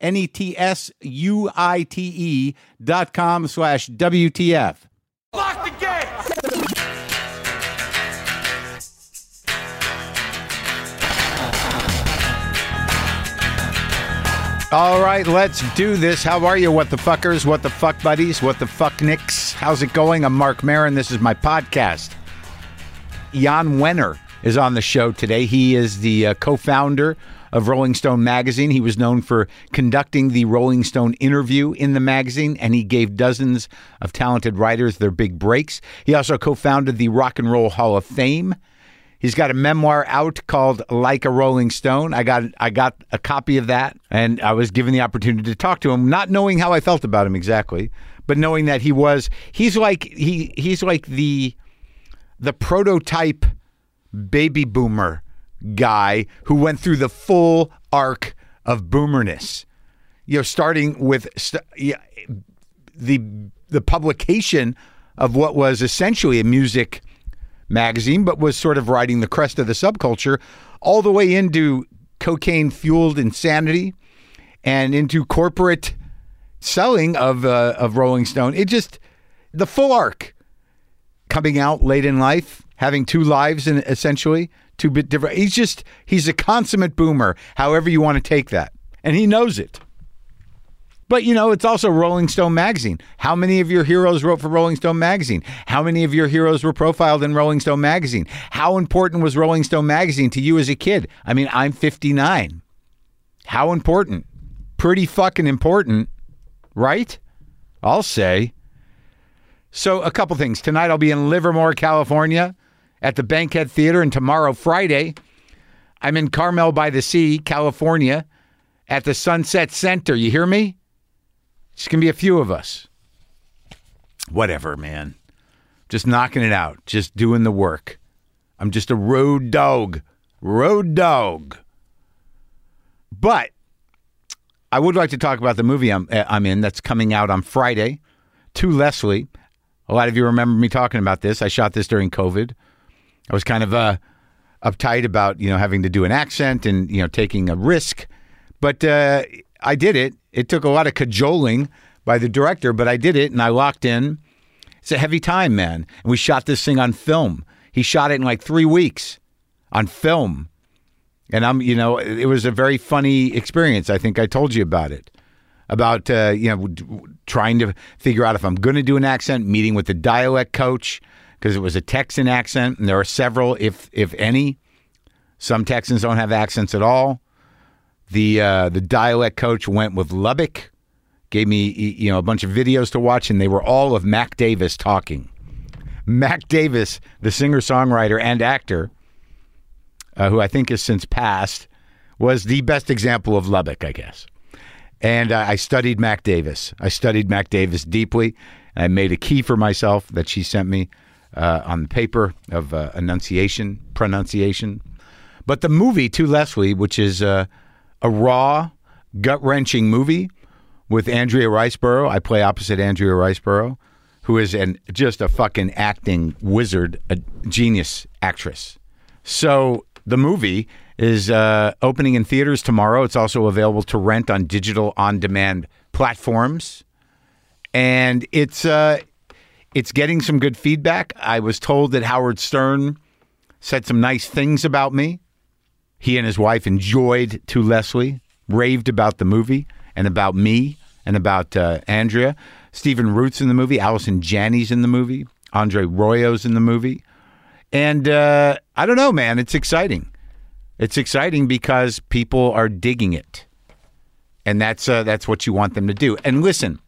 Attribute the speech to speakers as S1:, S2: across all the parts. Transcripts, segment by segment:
S1: N E T S U I T E dot com slash WTF.
S2: Lock the gate!
S1: All right, let's do this. How are you, what the fuckers, what the fuck buddies, what the fuck nicks? How's it going? I'm Mark Marin. This is my podcast. Jan Wenner is on the show today. He is the uh, co founder of Rolling Stone magazine. He was known for conducting the Rolling Stone interview in the magazine, and he gave dozens of talented writers their big breaks. He also co founded the Rock and Roll Hall of Fame. He's got a memoir out called Like a Rolling Stone. I got I got a copy of that and I was given the opportunity to talk to him, not knowing how I felt about him exactly, but knowing that he was he's like he he's like the the prototype baby boomer guy who went through the full arc of boomerness. You know, starting with st- yeah, the the publication of what was essentially a music magazine, but was sort of riding the crest of the subculture, all the way into cocaine fueled insanity and into corporate selling of uh, of Rolling Stone. It just the full arc coming out late in life, having two lives and essentially two bit different. He's just he's a consummate boomer, however you want to take that, and he knows it. But you know, it's also Rolling Stone magazine. How many of your heroes wrote for Rolling Stone magazine? How many of your heroes were profiled in Rolling Stone magazine? How important was Rolling Stone magazine to you as a kid? I mean, I'm 59. How important? Pretty fucking important, right? I'll say. So, a couple things. Tonight I'll be in Livermore, California at the Bankhead Theater, and tomorrow, Friday, I'm in Carmel by the Sea, California at the Sunset Center. You hear me? It's going to be a few of us. Whatever, man. Just knocking it out, just doing the work. I'm just a road dog, road dog. But I would like to talk about the movie I'm, uh, I'm in that's coming out on Friday to Leslie. A lot of you remember me talking about this. I shot this during COVID. I was kind of uh, uptight about you know having to do an accent and you know taking a risk, but uh, I did it. It took a lot of cajoling by the director, but I did it and I locked in. It's a heavy time, man. And we shot this thing on film. He shot it in like three weeks on film, and I'm you know it was a very funny experience. I think I told you about it about uh, you know d- w- trying to figure out if I'm going to do an accent, meeting with the dialect coach because it was a Texan accent, and there are several, if if any. Some Texans don't have accents at all. The uh, the dialect coach went with Lubbock, gave me y- you know a bunch of videos to watch, and they were all of Mac Davis talking. Mac Davis, the singer songwriter and actor, uh, who I think has since passed, was the best example of Lubbock, I guess. And uh, I studied Mac Davis. I studied Mac Davis deeply. I made a key for myself that she sent me uh, on the paper of uh, enunciation, pronunciation. But the movie, To Leslie, which is uh, a raw, gut wrenching movie with Andrea Riceborough. I play opposite Andrea Riceborough, who is an, just a fucking acting wizard, a genius actress. So the movie is uh, opening in theaters tomorrow. It's also available to rent on digital on demand platforms, and it's uh, it's getting some good feedback. I was told that Howard Stern said some nice things about me. He and his wife enjoyed To Leslie, raved about the movie and about me and about uh, Andrea. Stephen Root's in the movie. Allison Janney's in the movie. Andre Royo's in the movie. And uh, I don't know, man. It's exciting. It's exciting because people are digging it, and that's uh, that's what you want them to do. And listen,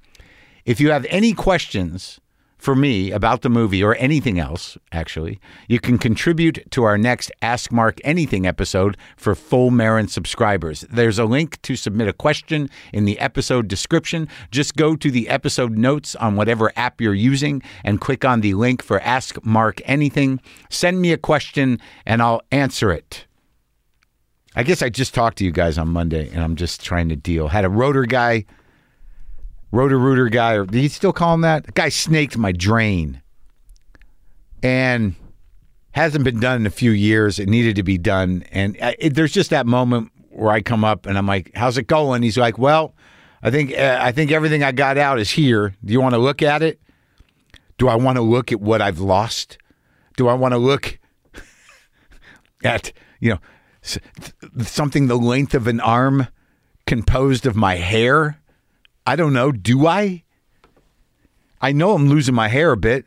S1: if you have any questions for me about the movie or anything else, actually, you can contribute to our next Ask Mark Anything episode for full Marin subscribers. There's a link to submit a question in the episode description. Just go to the episode notes on whatever app you're using and click on the link for Ask Mark Anything. Send me a question and I'll answer it. I guess I just talked to you guys on Monday and I'm just trying to deal. Had a rotor guy rotor rooter guy, or do you still call him that? The guy snaked my drain and hasn't been done in a few years. It needed to be done. And I, it, there's just that moment where I come up and I'm like, how's it going? He's like, well, I think, uh, I think everything I got out is here. Do you want to look at it? Do I want to look at what I've lost? Do I want to look at, you know, s- th- something the length of an arm composed of my hair? I don't know. Do I? I know I'm losing my hair a bit,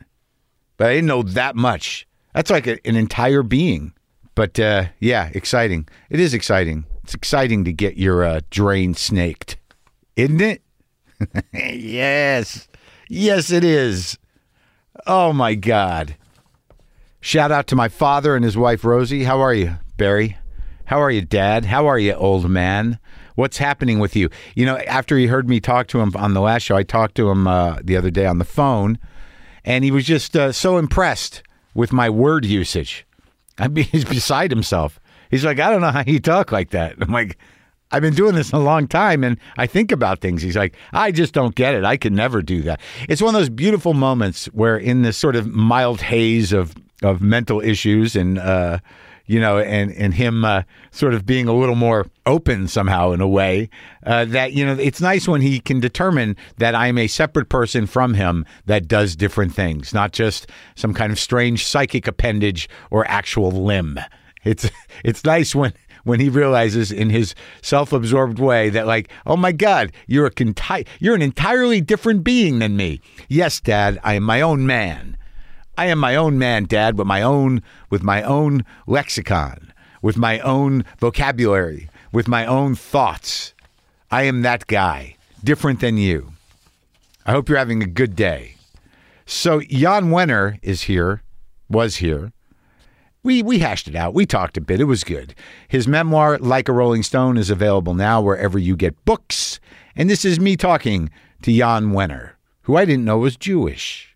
S1: but I didn't know that much. That's like a, an entire being. But uh, yeah, exciting. It is exciting. It's exciting to get your uh, drain snaked, isn't it? yes. Yes, it is. Oh my God. Shout out to my father and his wife, Rosie. How are you, Barry? How are you, Dad? How are you, old man? What's happening with you? You know, after he heard me talk to him on the last show, I talked to him uh, the other day on the phone, and he was just uh, so impressed with my word usage. I mean, he's beside himself. He's like, I don't know how you talk like that. I'm like, I've been doing this a long time and I think about things. He's like, I just don't get it. I could never do that. It's one of those beautiful moments where, in this sort of mild haze of, of mental issues and, uh, you know, and, and him uh, sort of being a little more open somehow in a way, uh, that, you know, it's nice when he can determine that I'm a separate person from him that does different things, not just some kind of strange psychic appendage or actual limb. It's, it's nice when when he realizes in his self-absorbed way that like oh my god you're a conti- you're an entirely different being than me yes dad i am my own man i am my own man dad with my own with my own lexicon with my own vocabulary with my own thoughts i am that guy different than you i hope you're having a good day so jan wenner is here was here we we hashed it out. We talked a bit. It was good. His memoir, Like a Rolling Stone, is available now wherever you get books. And this is me talking to Jan Wenner, who I didn't know was Jewish.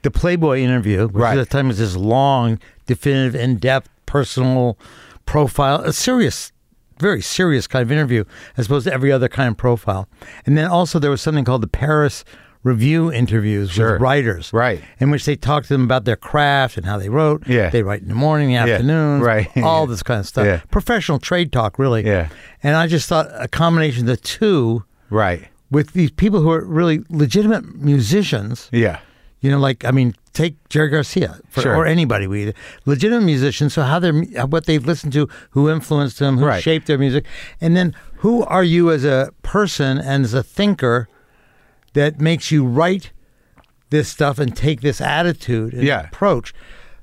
S3: the Playboy interview, which
S1: Right.
S3: at the time was this long, definitive, in depth, personal profile, a serious very serious kind of interview as opposed to every other kind of profile. And then also there was something called the Paris Review interviews
S1: Sure.
S3: with writers,
S1: Right.
S3: In which they talked to them about their craft and how they wrote.
S1: Yeah.
S3: they write in the morning, the afternoons,
S1: right.
S3: All this kind of stuff.
S1: Yeah.
S3: Professional trade talk, really.
S1: Yeah.
S3: And I just thought a combination of the two
S1: Right.
S3: with these people who are really legitimate musicians.
S1: Yeah.
S3: You know, like I mean, take Jerry Garcia for,
S1: Sure.
S3: or anybody. We legitimate musicians. So how they're what they've listened to, who influenced them, who
S1: Right.
S3: shaped their music, and then who are you as a person and as a thinker that makes you write this stuff and take this attitude and
S1: Yeah.
S3: approach.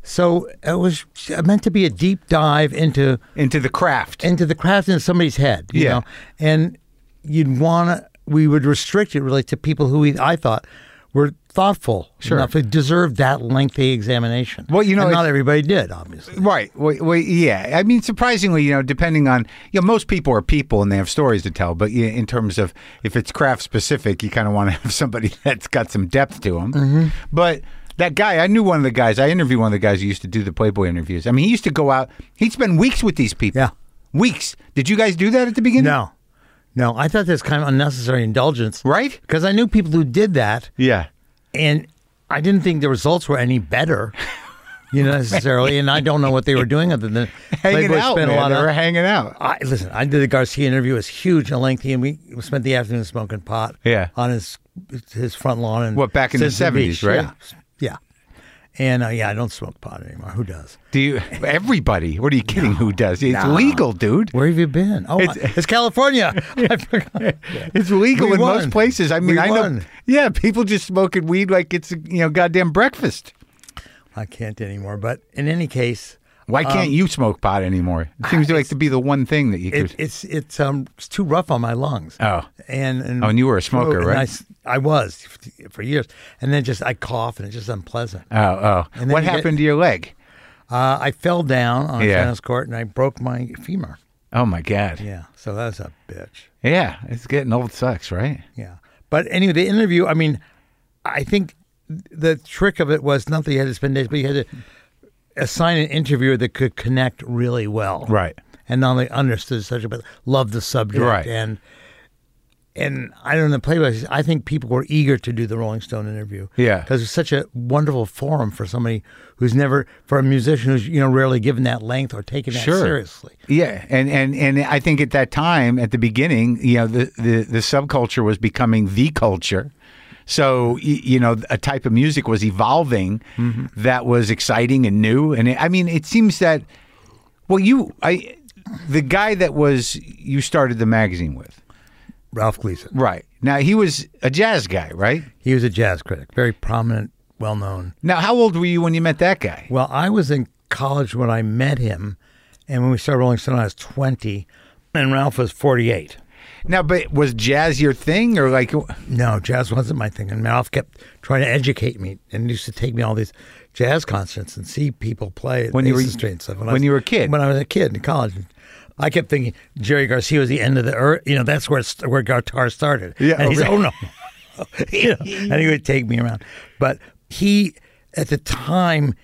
S3: So it was meant to be a deep dive into
S1: Into the craft.
S3: into the craft in somebody's head, you
S1: Yeah.
S3: know, and you'd want to. We would restrict it really to people who we, I thought were thoughtful
S1: Sure.
S3: enough to deserve that lengthy examination.
S1: Well, you know,
S3: And not
S1: it's-
S3: everybody did, obviously.
S1: Right. Well, well, yeah. I mean, surprisingly, you know, depending on, you know, most people are people and they have stories to tell. But yeah, in terms of if it's craft specific, you kind of want to have somebody that's got some depth to them. But that guy, I knew one of the guys. I interviewed one of the guys who used to do the Playboy interviews. I mean, he used to go out. He'd spend weeks with these people.
S3: Yeah.
S1: Weeks. Did you guys do that at the beginning?
S3: No, no, I thought that's kind of unnecessary indulgence,
S1: Right?
S3: Because I knew people who did that,
S1: Yeah.
S3: and I didn't think the results were any better. You know, necessarily, and I don't know what they were doing other than
S1: Hanging
S3: Playboy
S1: out.
S3: spent a
S1: man.
S3: lot
S1: they
S3: of
S1: were hanging out.
S3: I listen. I did the Garcia interview. It was huge and lengthy, and we spent the afternoon smoking pot.
S1: Yeah.
S3: on his his front lawn and
S1: What, back in the 70s, right?
S3: Yeah, yeah. And uh, yeah, I don't smoke pot anymore. Who does?
S1: Do you? Everybody. What are you kidding? Who does? It's legal, dude.
S3: Where have you been? Oh, it's, it's California. I forgot.
S1: It's legal
S3: We
S1: in
S3: won.
S1: most places. I mean,
S3: We
S1: I know.
S3: won.
S1: Yeah, people just smoking weed like it's you know goddamn breakfast.
S3: I can't anymore. But in any case,
S1: Why can't you smoke pot anymore? Um, It seems like to be the one thing that you could.
S3: it, it's it's um it's too rough on my lungs.
S1: Oh.
S3: and and,
S1: Oh, and you were a smoker,
S3: and
S1: right?
S3: I s- I, was f- for years, and then just I cough and it's just unpleasant.
S1: oh, oh.
S3: And then
S1: What
S3: you get-
S1: happened to your leg?
S3: Uh, I fell down on a
S1: Yeah.
S3: tennis court and I broke my femur.
S1: Oh my god. Yeah.
S3: Yeah, so that's a bitch.
S1: it's getting old. Sucks, right?
S3: Yeah, but anyway, the interview. I mean, I think the trick of it was not that you had to spend days, but you had to assign an interviewer that could connect really well,
S1: Right.
S3: And not only understood the subject, but loved the subject,
S1: Right.
S3: And and I don't know, Playboy. I think people were eager to do the Rolling Stone interview,
S1: Yeah.
S3: because it's such a wonderful forum for somebody who's never for a musician who's you know rarely given that length or taken that
S1: Sure.
S3: seriously.
S1: Yeah, and, and and I think at that time, at the beginning, you know, the the, the subculture was becoming the culture. So y- you know, a type of music was evolving that was exciting and new. And it, I mean, it seems that well, you I the guy that was you started the magazine with,
S3: Ralph Gleason.
S1: right? Now he was a jazz guy, right?
S3: He was a jazz critic, very prominent, well known.
S1: Now, how old were you when you met that guy?
S3: Well, I was in college when I met him, and when we started Rolling Stone, I was 20, and Ralph was 48.
S1: Now, but was jazz your thing or like?
S3: No, jazz wasn't my thing, and Ralph kept trying to educate me and used to take me all these jazz concerts and see people play at
S1: When you were-
S3: Basin Street and stuff. I
S1: when
S3: was-
S1: you were a kid.
S3: When I was a kid in college. I kept thinking Jerry Garcia was the end of the earth. You know, that's where it's, where guitar started.
S1: Yeah,
S3: and he's
S1: okay.
S3: oh no, you know, and he would take me around. But he, at the time,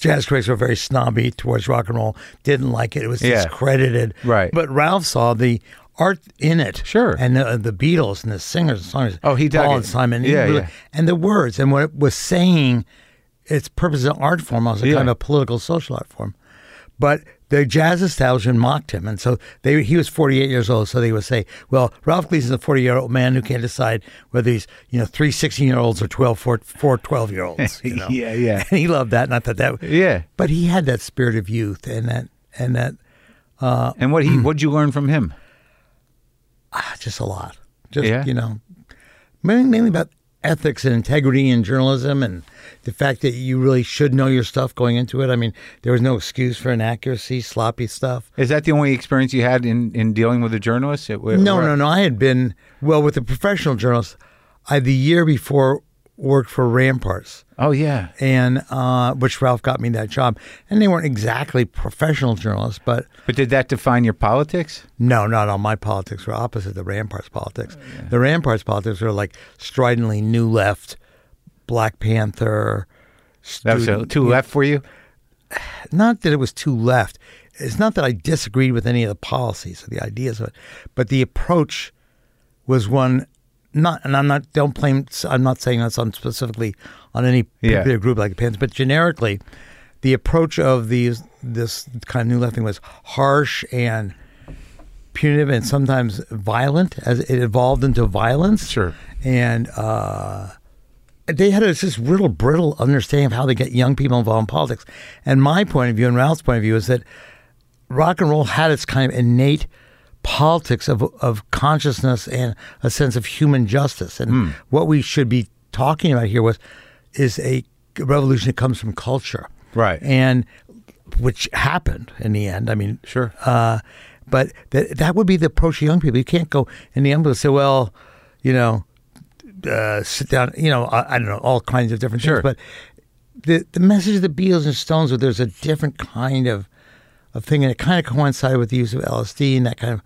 S3: jazz critics were very snobby towards rock and roll. Didn't like it. It was
S1: Yeah.
S3: discredited.
S1: Right.
S3: But Ralph saw the art in it.
S1: Sure.
S3: And the, the Beatles and the singers and songwriters.
S1: Oh, he dug
S3: Paul
S1: it.
S3: and Simon. He
S1: Yeah,
S3: really-
S1: yeah.
S3: And the words and what it was saying, its purpose as an art form also
S1: Yeah.
S3: kind of a political social art form. But the jazz establishment mocked him, and so they, he was 48 years old. So they would say, "Well, Ralph Gleason's a 40 year old man who can't decide whether he's you know three 16 year olds or 12 four, four 12 year olds." You know?
S1: Yeah, yeah.
S3: And he loved that, and I thought that.
S1: Yeah.
S3: But he had that spirit of youth and that and that
S1: And what he? What'd you learn from him?
S3: ah, just a lot. Just
S1: Yeah.
S3: you know, mainly, mainly about ethics and integrity in journalism and the fact that you really should know your stuff going into it. I mean, there was no excuse for inaccuracy, sloppy stuff.
S1: Is that the only experience you had in, in dealing with a journalist? It- where-
S3: No,
S1: where-
S3: no, no. I had been well with the professional journalists. I the year before worked for Ramparts.
S1: Oh yeah,
S3: And uh, which Ralph got me that job, and they weren't exactly professional journalists, but
S1: but did that define your politics?
S3: No, not on my politics. We're opposite the Ramparts politics. The Ramparts politics are like stridently new left, Black Panther.
S1: That was uh,
S3: student-
S1: too left for you.
S3: Not that it was too left. it's not that I disagreed with any of the policies or the ideas of it, but the approach was one not and I'm not don't blame I'm not saying that's on specifically on any
S1: Yeah.
S3: particular group like the Pans, but generically, the approach of these this kind of new left thing was harsh and punitive and sometimes violent as it evolved into violence.
S1: Sure.
S3: And uh, they had this just real brittle understanding of how they get young people involved in politics. And my point of view and Ralph's point of view is that rock and roll had its kind of innate politics of of consciousness and a sense of human justice. And
S1: Hmm.
S3: what we should be talking about here was is a revolution that comes from culture,
S1: Right.
S3: And which happened in the end. I mean,
S1: Sure.
S3: uh, but that that would be the approach to young people. You can't go in the young people say, well, you know, uh, sit down. You know, I, I don't know all kinds of different
S1: Sure.
S3: things, but. The, the message of the Beatles and Stones was there's a different kind of of thing, and it kind of coincided with the use of LSD and that kind of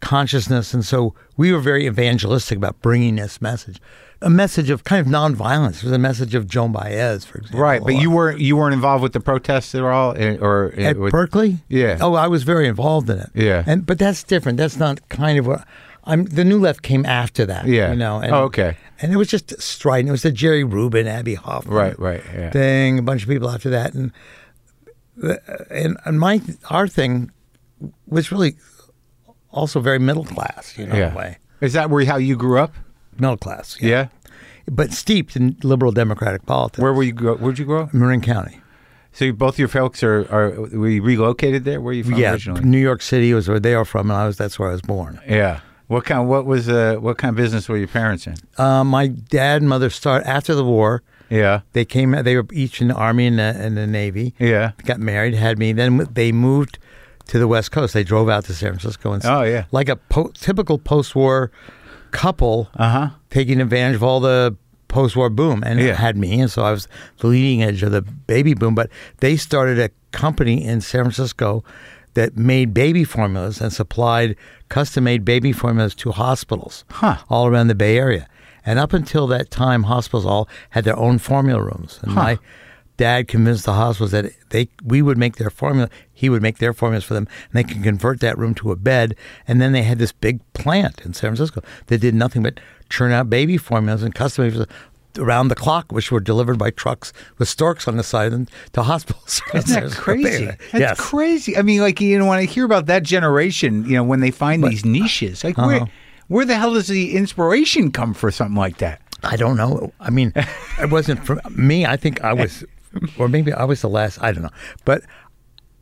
S3: consciousness. And so we were very evangelistic about bringing this message, a message of kind of nonviolence. It was a message of Joan Baez, for example.
S1: Right, but you weren't you weren't involved with the protests at all, eh, or eh,
S3: Oh. at
S1: with-
S3: Berkeley.
S1: Yeah.
S3: Oh, I was very involved in it.
S1: Yeah.
S3: And but that's different. That's not kind of what I'm. The New Left came after that.
S1: Yeah.
S3: You know. And,
S1: Oh, okay.
S3: And it was just strident. It was the Jerry Rubin, Abby Hoffman,
S1: Right, right, yeah.
S3: thing. A bunch of people after that, and uh, and and my our thing was really also very middle class, you know, in
S1: yeah.
S3: a way
S1: Is that where how you grew up?
S3: middle class.
S1: Yeah.
S3: But steeped in liberal democratic politics.
S1: Where were you? Grow, where'd you grow? up?
S3: Marin County.
S1: So you, both your folks are are were you relocated there? Where are you from
S3: yeah,
S1: originally?
S3: New York City was where they are from, and I was that's where I was born.
S1: Yeah. What kind? What was uh, what kind of business were your parents in?
S3: Uh, my dad and mother started after the war.
S1: Yeah.
S3: They came. They were each in the army and the, and the navy.
S1: Yeah.
S3: Got married, had me. Then they moved to the West Coast. They drove out to San Francisco and
S1: Oh, yeah.
S3: like a po- typical post-war couple,
S1: Uh-huh.
S3: taking advantage of all the post-war boom, and
S1: Yeah.
S3: it had me. And so I was the leading edge of the baby boom. But they started a company in San Francisco that made baby formulas and supplied custom-made baby formulas to hospitals
S1: Huh.
S3: all around the Bay Area. And up until that time, hospitals all had their own formula rooms. And my dad convinced the hospitals that they we would make their formula, he would make their formulas for them, and they could convert that room to a bed. And then they had this big plant in San Francisco that did nothing but churn out baby formulas and custom formulas around the clock, which were delivered by trucks with storks on the side and to hospitals. around
S1: Isn't
S3: San
S1: that
S3: Francisco
S1: crazy?
S3: Bay Area.
S1: That's
S3: yes.
S1: crazy. I mean, like you know, when I hear about that generation, you know, when they find these niches, like where where the hell does the inspiration come for something like that?
S3: I don't know. I mean, it wasn't for me. I think I was, or maybe I was the last. I don't know. But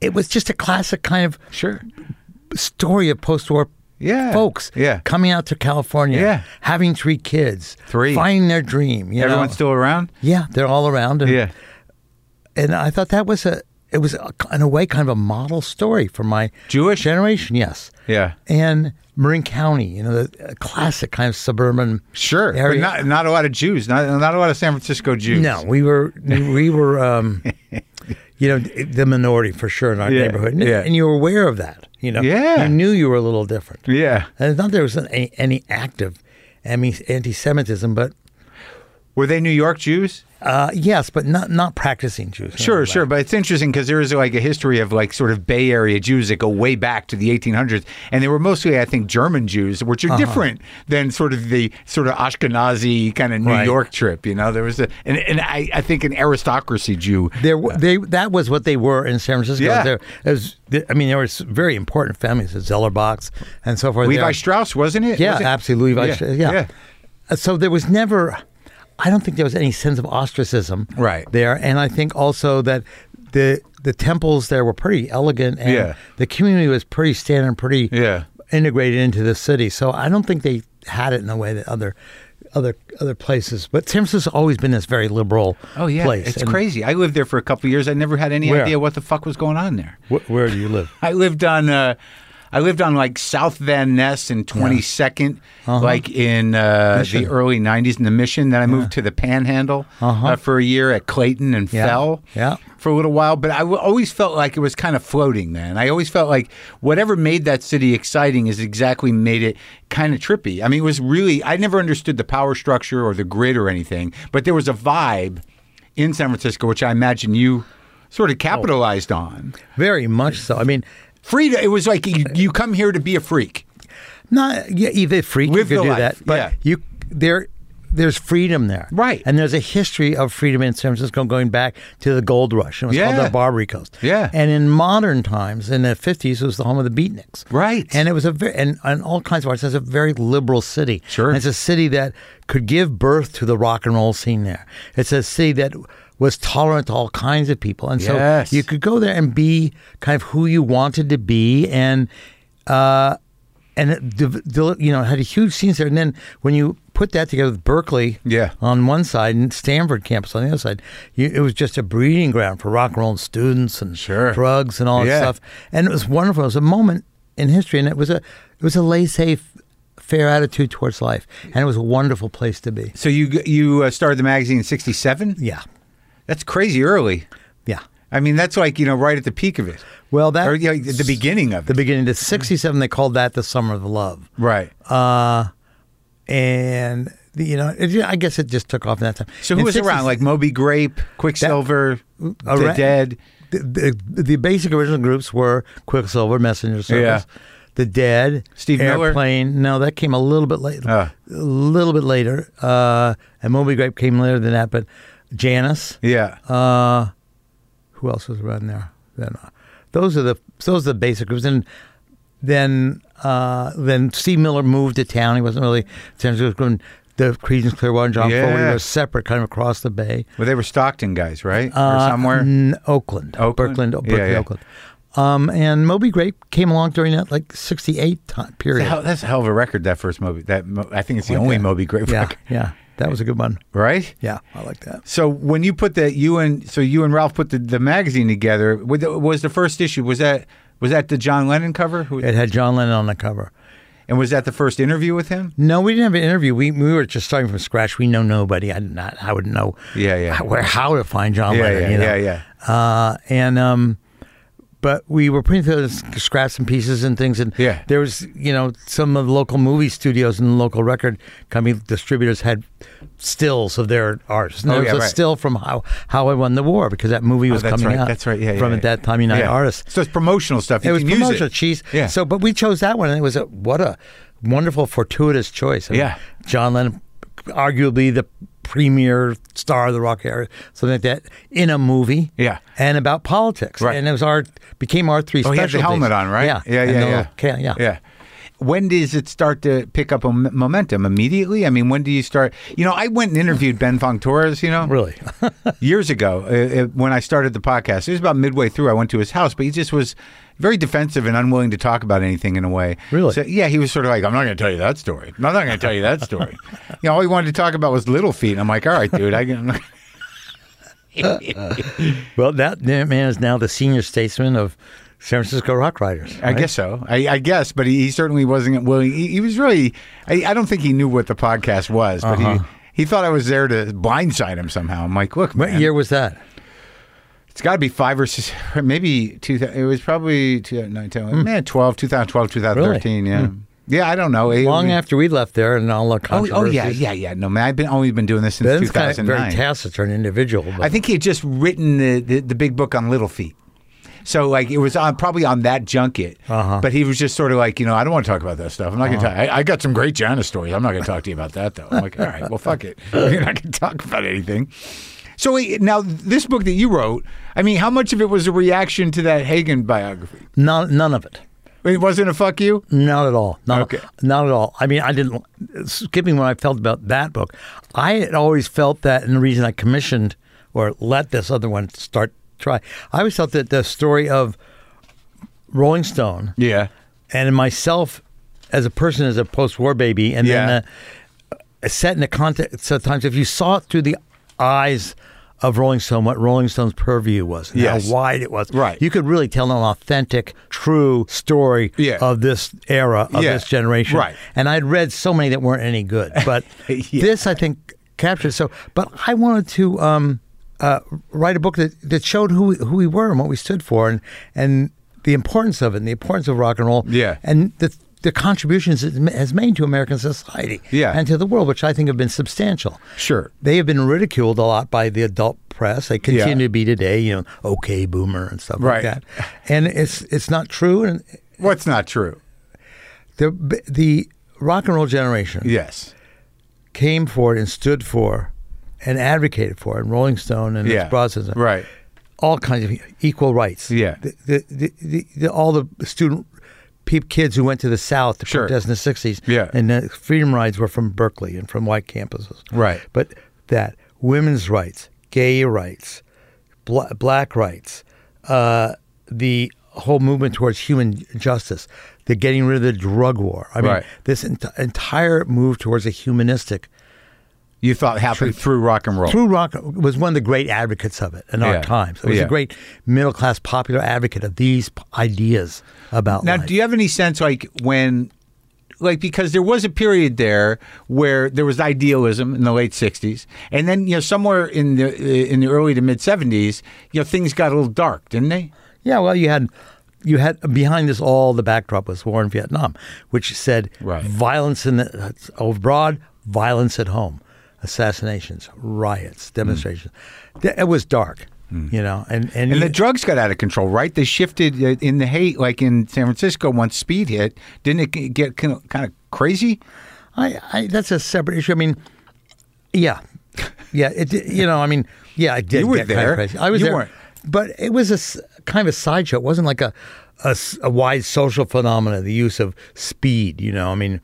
S3: it was just a classic kind of
S1: Sure.
S3: story of post-war
S1: Yeah.
S3: folks
S1: Yeah.
S3: coming out to California,
S1: Yeah.
S3: having three kids,
S1: Three.
S3: finding their dream. You
S1: Everyone's
S3: know?
S1: still around.
S3: yeah, they're all around. And,
S1: Yeah.
S3: and I thought that was a, it was a, in a way kind of a model story for my
S1: Jewish?
S3: generation. Yes.
S1: Yeah.
S3: And Marin County, you know, the a classic kind of suburban
S1: Sure, but
S3: area.
S1: not not a lot of Jews, not not a lot of San Francisco Jews.
S3: No, we were we were um, you know the minority for sure in our
S1: Yeah,
S3: neighborhood, and,
S1: yeah.
S3: and you were aware of that. You know,
S1: Yeah.
S3: you knew you were a little different.
S1: Yeah.
S3: And it's not there was any, any active anti- anti-Semitism, but
S1: Were they New York Jews?
S3: uh, yes, but not not practicing Jews.
S1: Sure, sure, but it's interesting because there is like a history of like sort of Bay Area Jews that go way back to the 1800s, and they were mostly, I think, German Jews, which
S3: Uh-huh.
S1: are different than sort of the sort of Ashkenazi kind of New
S3: Right.
S1: York trip. You know, there was a and, and I, I think an aristocracy Jew.
S3: There, w- they that was what they were in San Francisco.
S1: Yeah.
S3: There, it was, there- I mean, there were s- very important families, the Zellerbachs and so forth.
S1: Levi
S3: There-
S1: Strauss, wasn't it?
S3: Yeah,
S1: Was it-
S3: absolutely. Levi
S1: Yeah,
S3: Strauss, Yeah.
S1: yeah.
S3: Uh, So there was never, I don't think there was any sense of ostracism
S1: Right.
S3: there. And I think also that the the temples there were pretty elegant and
S1: Yeah.
S3: the community was pretty standard, pretty
S1: Yeah.
S3: integrated into the city. So I don't think they had it in the way that other other other places. But San Francisco's always been this very liberal
S1: Oh yeah,
S3: place.
S1: it's
S3: And
S1: crazy. I lived there for a couple of years. I never had any
S3: Where?
S1: idea what the fuck was going on there.
S3: wh- where do you live?
S1: I lived on uh, I lived on like South Van Ness and 22nd, like in uh, the
S3: Uh-huh. Mission.
S1: early 90s in the Mission. Then I moved to the Panhandle
S3: Uh-huh.
S1: uh, for a year at Clayton and
S3: Yeah.
S1: Fell
S3: Yeah.
S1: for a little while. But I w- always felt like it was kind of floating, man. I always felt like whatever made that city exciting is exactly made it kind of trippy. I mean, it was really, I never understood the power structure or the grid or anything, but there was a vibe in San Francisco, which I imagine you
S3: Oh.
S1: sort of capitalized on.
S3: Very much so. I mean,
S1: Freedom. It was like you, you come here to be a freak.
S3: not yeah, either freak
S1: Live
S3: you
S1: the
S3: could do
S1: life,
S3: that, but
S1: yeah.
S3: you there. There's freedom there,
S1: Right.
S3: And there's a history of freedom in San Francisco going back to the gold rush. It was
S1: Yeah.
S3: called the Barbary Coast,
S1: Yeah.
S3: And in modern times, in the '50s, it was the home of the Beatniks,
S1: Right.
S3: And it was a very and, and all kinds of arts. It's a very liberal city.
S1: Sure.
S3: And it's a city that could give birth to the rock and roll scene there. It's a city that was tolerant to all kinds of people, and
S1: Yes.
S3: so you could go there and be kind of who you wanted to be, and and it, de- de- you know had a huge scene there. And then when you put that together with Berkeley,
S1: Yeah.
S3: on one side and Stanford campus on the other side, you, it was just a breeding ground for rock and roll and students and
S1: Sure.
S3: drugs and all
S1: Yeah.
S3: that stuff. And it was wonderful. It was a moment in history, and it was a it was a laissez fair attitude towards life, and it was a wonderful place to be.
S1: So you you uh, started the magazine in '67.
S3: Yeah,
S1: That's crazy early.
S3: yeah.
S1: I mean, that's like you know right at the peak of it.
S3: Well, that
S1: or you know, the beginning of
S3: the
S1: it.
S3: beginning. The '67, they called that the summer of love.
S1: right.
S3: Uh, And you know, it, I guess it just took off in that time.
S1: so who
S3: In uh,
S1: was
S3: 60s
S1: around? Like Moby Grape, Quicksilver, The
S3: Around-
S1: Dead.
S3: the, the, the basic original groups were Quicksilver, Messenger Service,
S1: Yeah.
S3: The Dead,
S1: Steve Miller?
S3: Airplane. No, that came a little bit later.
S1: Ah.
S3: A little bit later, uh, and Moby Grape came later than that. But Janice,
S1: Yeah.
S3: Uh, who else was around there? Then uh, those are the those are the basic groups. And then uh, then Steve Miller moved to town. He wasn't really San Francisco. And the Creedence Clearwater and John
S1: Yeah.
S3: Fogerty were separate, kind of across the bay.
S1: well, they were Stockton guys, right?
S3: Uh,
S1: or somewhere.
S3: n- Oakland,
S1: Oakland?
S3: Berkland,
S1: Yeah,
S3: Berkeley,
S1: yeah.
S3: Oakland. Um, and Moby Grape came along during that like '68 time period.
S1: Hell- that's a hell of a record. That first Moby. That Mo- I think it's the only
S3: that.
S1: Moby Grape
S3: Oh, yeah,
S1: record,
S3: yeah, that was a good one.
S1: right?
S3: Yeah, I like that.
S1: So when you put that, you and so you and Ralph put the, the magazine together. with the- Was the first issue was that was that the John Lennon cover, Who-
S3: It had John Lennon on the cover.
S1: and was that the first interview with him?
S3: No, we didn't have an interview. We we were just starting from scratch. We know nobody. I did not. I wouldn't know.
S1: Yeah, yeah.
S3: How, where how to find John
S1: Yeah,
S3: Lennon?
S1: yeah,
S3: you know?
S1: yeah, yeah.
S3: Uh, and um, but we were putting together s- scraps and pieces and things, and
S1: Yeah.
S3: there was you know some of the local movie studios and local record company distributors had stills of their artists. And
S1: Oh,
S3: there was
S1: yeah,
S3: a
S1: right. Oh,
S3: still from how how I won the war because that movie was
S1: that's
S3: coming
S1: right.
S3: out.
S1: That's right. Yeah, yeah,
S3: from
S1: yeah.
S3: at that time United
S1: Yeah.
S3: Artists.
S1: So it's promotional stuff. You
S3: It was
S1: can use
S3: promotional cheese.
S1: Yeah.
S3: So, but we chose that one, and it was a what a wonderful fortuitous choice. I mean,
S1: Yeah.
S3: John Lennon, arguably the premier star of the rock era, something like that, in a movie.
S1: Yeah.
S3: And about politics.
S1: Right.
S3: And it was our became our three.
S1: Oh, he had the
S3: specialties.
S1: helmet on, right?
S3: Yeah.
S1: yeah, yeah,
S3: And the
S1: yeah.
S3: little can- yeah.
S1: yeah. When does it start to pick up a m- momentum? Immediately? I mean, when do you start? You know, I went and interviewed Ben Fong Torres, you know,
S3: Really.
S1: years ago uh, uh, when I started the podcast. It was about midway through. I went to his house, but he just was very defensive and unwilling to talk about anything in a way.
S3: Really?
S1: So, yeah, he was sort of like, I'm not going to tell you that story. I'm not going to tell you that story. you know, all he wanted to talk about was little feet. And I'm like, all right, dude, I can.
S3: well, that man is now the senior statesman of San Francisco rock writers.
S1: I guess so. I, I guess, but he, he certainly wasn't willing. He, he was really. I, I don't think he knew what the podcast was, but
S3: Uh-huh.
S1: he he thought I was there to blindside him somehow. I'm like, look,
S3: What
S1: man,
S3: year was that?
S1: it's got to be five or six, or maybe two. thou- It was probably 2009, 10,
S3: Hmm.
S1: man, 12, 2012, 2013. Yeah, yeah. I don't know. It-
S3: Long
S1: we-
S3: after we left there, and all the
S1: Oh,
S3: controversies.
S1: oh yeah, yeah, yeah. No, man, I've been only been doing this since
S3: Ben's kind of
S1: 2009.
S3: very taciturn individual. But.
S1: I think he had just written the, the, the big book on Little Feet. So like it was on probably on that junket,
S3: Uh-huh.
S1: but he was just sort of like you know I don't want to talk about that stuff. I'm not gonna talk. I, I got some great Janice stories. I'm not gonna talk to you about that though. I'm like all right, well fuck it. You're not gonna talk about anything. So wait, now this book that you wrote, I mean, how much of it was a reaction to that Hagen biography?
S3: None, none of it.
S1: It wasn't a fuck you.
S3: Not at all. Not,
S1: Okay.
S3: not at all. I mean, I didn't. Skipping what I felt about that book, I had always felt that, and the reason I commissioned or let this other one start try, I always felt that the story of Rolling Stone
S1: Yeah,
S3: and myself as a person as a post-war baby, and
S1: Yeah.
S3: then uh, set in the context. Sometimes, if you saw it through the eyes of Rolling Stone, what Rolling Stone's purview was, and
S1: Yes.
S3: how wide it was,
S1: Right.
S3: You could really tell an authentic, true story
S1: Yeah.
S3: of this era of
S1: Yeah.
S3: this generation,
S1: Right.
S3: And I'd read so many that weren't any good, but
S1: Yeah.
S3: this I think captured. So, but I wanted to. Um, uh, write a book that, that showed who we, who we were and what we stood for and and the importance of it and the importance of rock and roll
S1: Yeah.
S3: and the the contributions it ma- has made to American society
S1: Yeah.
S3: and to the world, which I think have been substantial.
S1: Sure.
S3: They have been ridiculed a lot by the adult press. They continue to be today, you know, okay boomer and stuff
S1: Right.
S3: like that. And it's it's not true. And
S1: What's not true?
S3: the the rock and roll generation
S1: Yes.
S3: came for it and stood for and advocated for it. And Rolling Stone and
S1: Yeah.
S3: its process,
S1: Right.
S3: All kinds of equal rights.
S1: Yeah.
S3: the, the, the, the, the all the student peep kids who went to the South to
S1: Sure.
S3: protest in the sixties.
S1: Yeah.
S3: and the freedom rides were from Berkeley and from white campuses.
S1: Right.
S3: but that women's rights, gay rights, bla- black rights, uh, the whole movement towards human justice, the getting rid of the drug war. I mean,
S1: Right.
S3: this ent- entire move towards a humanistic
S1: You thought happened through rock and roll.
S3: through rock was one of the great advocates of it in
S1: Yeah.
S3: our times. It was
S1: Yeah.
S3: a great middle class popular advocate of these p- ideas about
S1: Now,
S3: life.
S1: do you have any sense like when, like, because there was a period there where there was idealism in the late '60s, and then you know somewhere in the uh, in the early to mid '70s, you know things got a little dark, didn't they?
S3: yeah, well, you had you had behind this all the backdrop was war in Vietnam, which said
S1: Right.
S3: violence in the, uh, abroad, violence at home, assassinations, riots, demonstrations. Th- It was dark, you know, and and,
S1: Mm. And
S3: you-
S1: the drugs got out of control, right? They shifted uh, in the hate, like in San Francisco, once speed hit, didn't it g- get kind of, kind of crazy?
S3: I, I that's a separate issue. I mean, yeah, yeah. It did- you know, I mean, yeah, I did.
S1: You were
S3: get kind
S1: there.
S3: of crazy. I was
S1: You
S3: there,
S1: weren't.
S3: but it was a s- kind of a sideshow. It wasn't like a, a s- a wide social phenomenon. The use of speed. You know, I mean,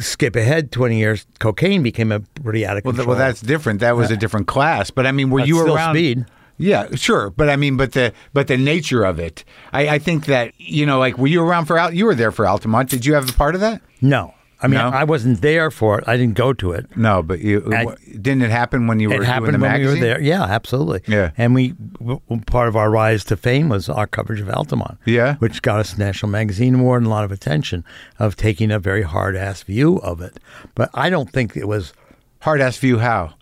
S3: skip ahead twenty years. Cocaine became a pretty out of
S1: Well, th-
S3: control.
S1: well, that's different. That was a different class. But I mean, were
S3: That's
S1: you
S3: still
S1: around?
S3: speed.
S1: Yeah, sure. But I mean, but the but the nature of it, I, I think that you know, like, were you around for Al? You were there for Altamont. Did you have a part of that?
S3: no. I mean,
S1: No?
S3: I wasn't there for it. I didn't go to it.
S1: No, but you uh,
S3: I-
S1: wha- didn't it happen when you were
S3: It
S1: doing the
S3: happened when
S1: magazine?
S3: we were there. Yeah, absolutely.
S1: Yeah.
S3: and we w- w- part of our rise to fame was our coverage of Altamont.
S1: Yeah.
S3: which got us the National Magazine Award and a lot of attention of taking a very hard ass view of it. But I don't think it was.
S1: Hard ass view. How?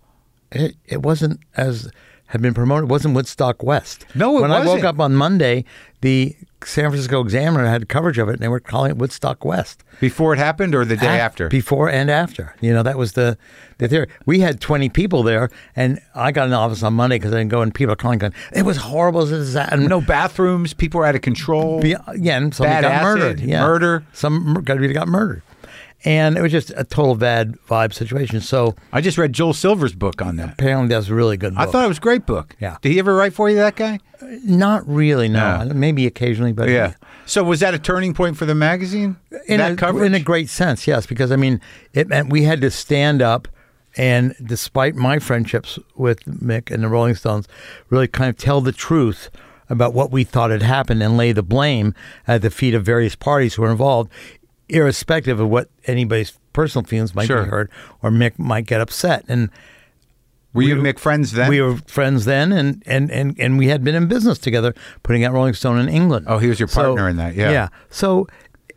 S3: It, it wasn't as had been promoted. It wasn't Woodstock West.
S1: No, it
S3: when I
S1: wasn't.
S3: woke up on Monday, the San Francisco Examiner had coverage of it, and they were calling it Woodstock West.
S1: Before it happened, or the day
S3: Af-
S1: after?
S3: before and after. You know, that was the the theory. We had twenty people there, and I got in the office on Monday because I didn't go, and people are calling, going, "It was horrible." This is that, and
S1: no bathrooms. People were out of control.
S3: be- yeah, and somebody
S1: Bad
S3: got
S1: acid,
S3: murdered. Yeah.
S1: murder.
S3: Some mur- got got murdered, and it was just a total bad vibe situation. So
S1: I just read Joel Silver's book on that.
S3: apparently, that's a really good.
S1: I
S3: Book.
S1: thought it was a great book.
S3: Yeah.
S1: Did he ever write for you, that guy?
S3: not really. No,
S1: No.
S3: maybe occasionally, but
S1: So was that a turning point for the magazine?
S3: in
S1: that
S3: a,
S1: coverage?
S3: in a great sense, yes, because I mean, it meant we had to stand up, and despite my friendships with Mick and the Rolling Stones, really kind of tell the truth about what we thought had happened and lay the blame at the feet of various parties who were involved, irrespective of what anybody's personal feelings might
S1: Sure.
S3: be hurt or Mick might get upset. And
S1: were you Mick friends then?
S3: we were friends then, and, and, and, and we had been in business together, putting out Rolling Stone in England.
S1: Oh, he was your partner in that, yeah.
S3: Yeah. So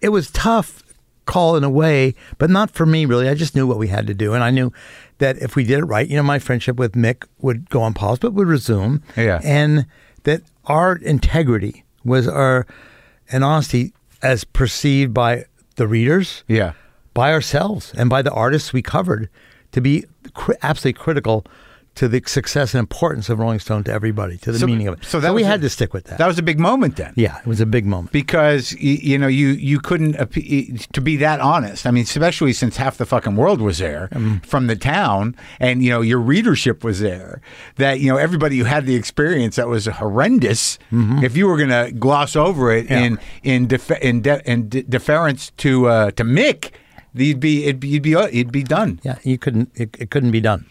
S3: it was tough call in a way, but not for me really. I just knew what we had to do, and I knew that if we did it right, you know, my friendship with Mick would go on pause, but would resume.
S1: Yeah.
S3: And that our integrity was our and honesty as perceived by the readers
S1: yeah.
S3: by ourselves and by the artists we covered to be cri- absolutely critical to the success and importance of Rolling Stone to everybody, to the meaning of it.
S1: so that
S3: we
S1: was a-
S3: had to stick with that.
S1: That was a big moment then.
S3: yeah, it was a big moment.
S1: Because y- you know you you couldn't appe- to be that honest. I mean, especially since half the fucking world was there
S3: Mm-hmm.
S1: from the town, and you know your readership was there. That you know everybody who had the experience that was horrendous. If you were going to gloss over it
S3: Mm-hmm. Yeah.
S1: in in def- in, de- in de- deference to uh, to Mick, you'd be it'd be uh, you'd be, it'd be done.
S3: Yeah, you couldn't. It, it couldn't be done.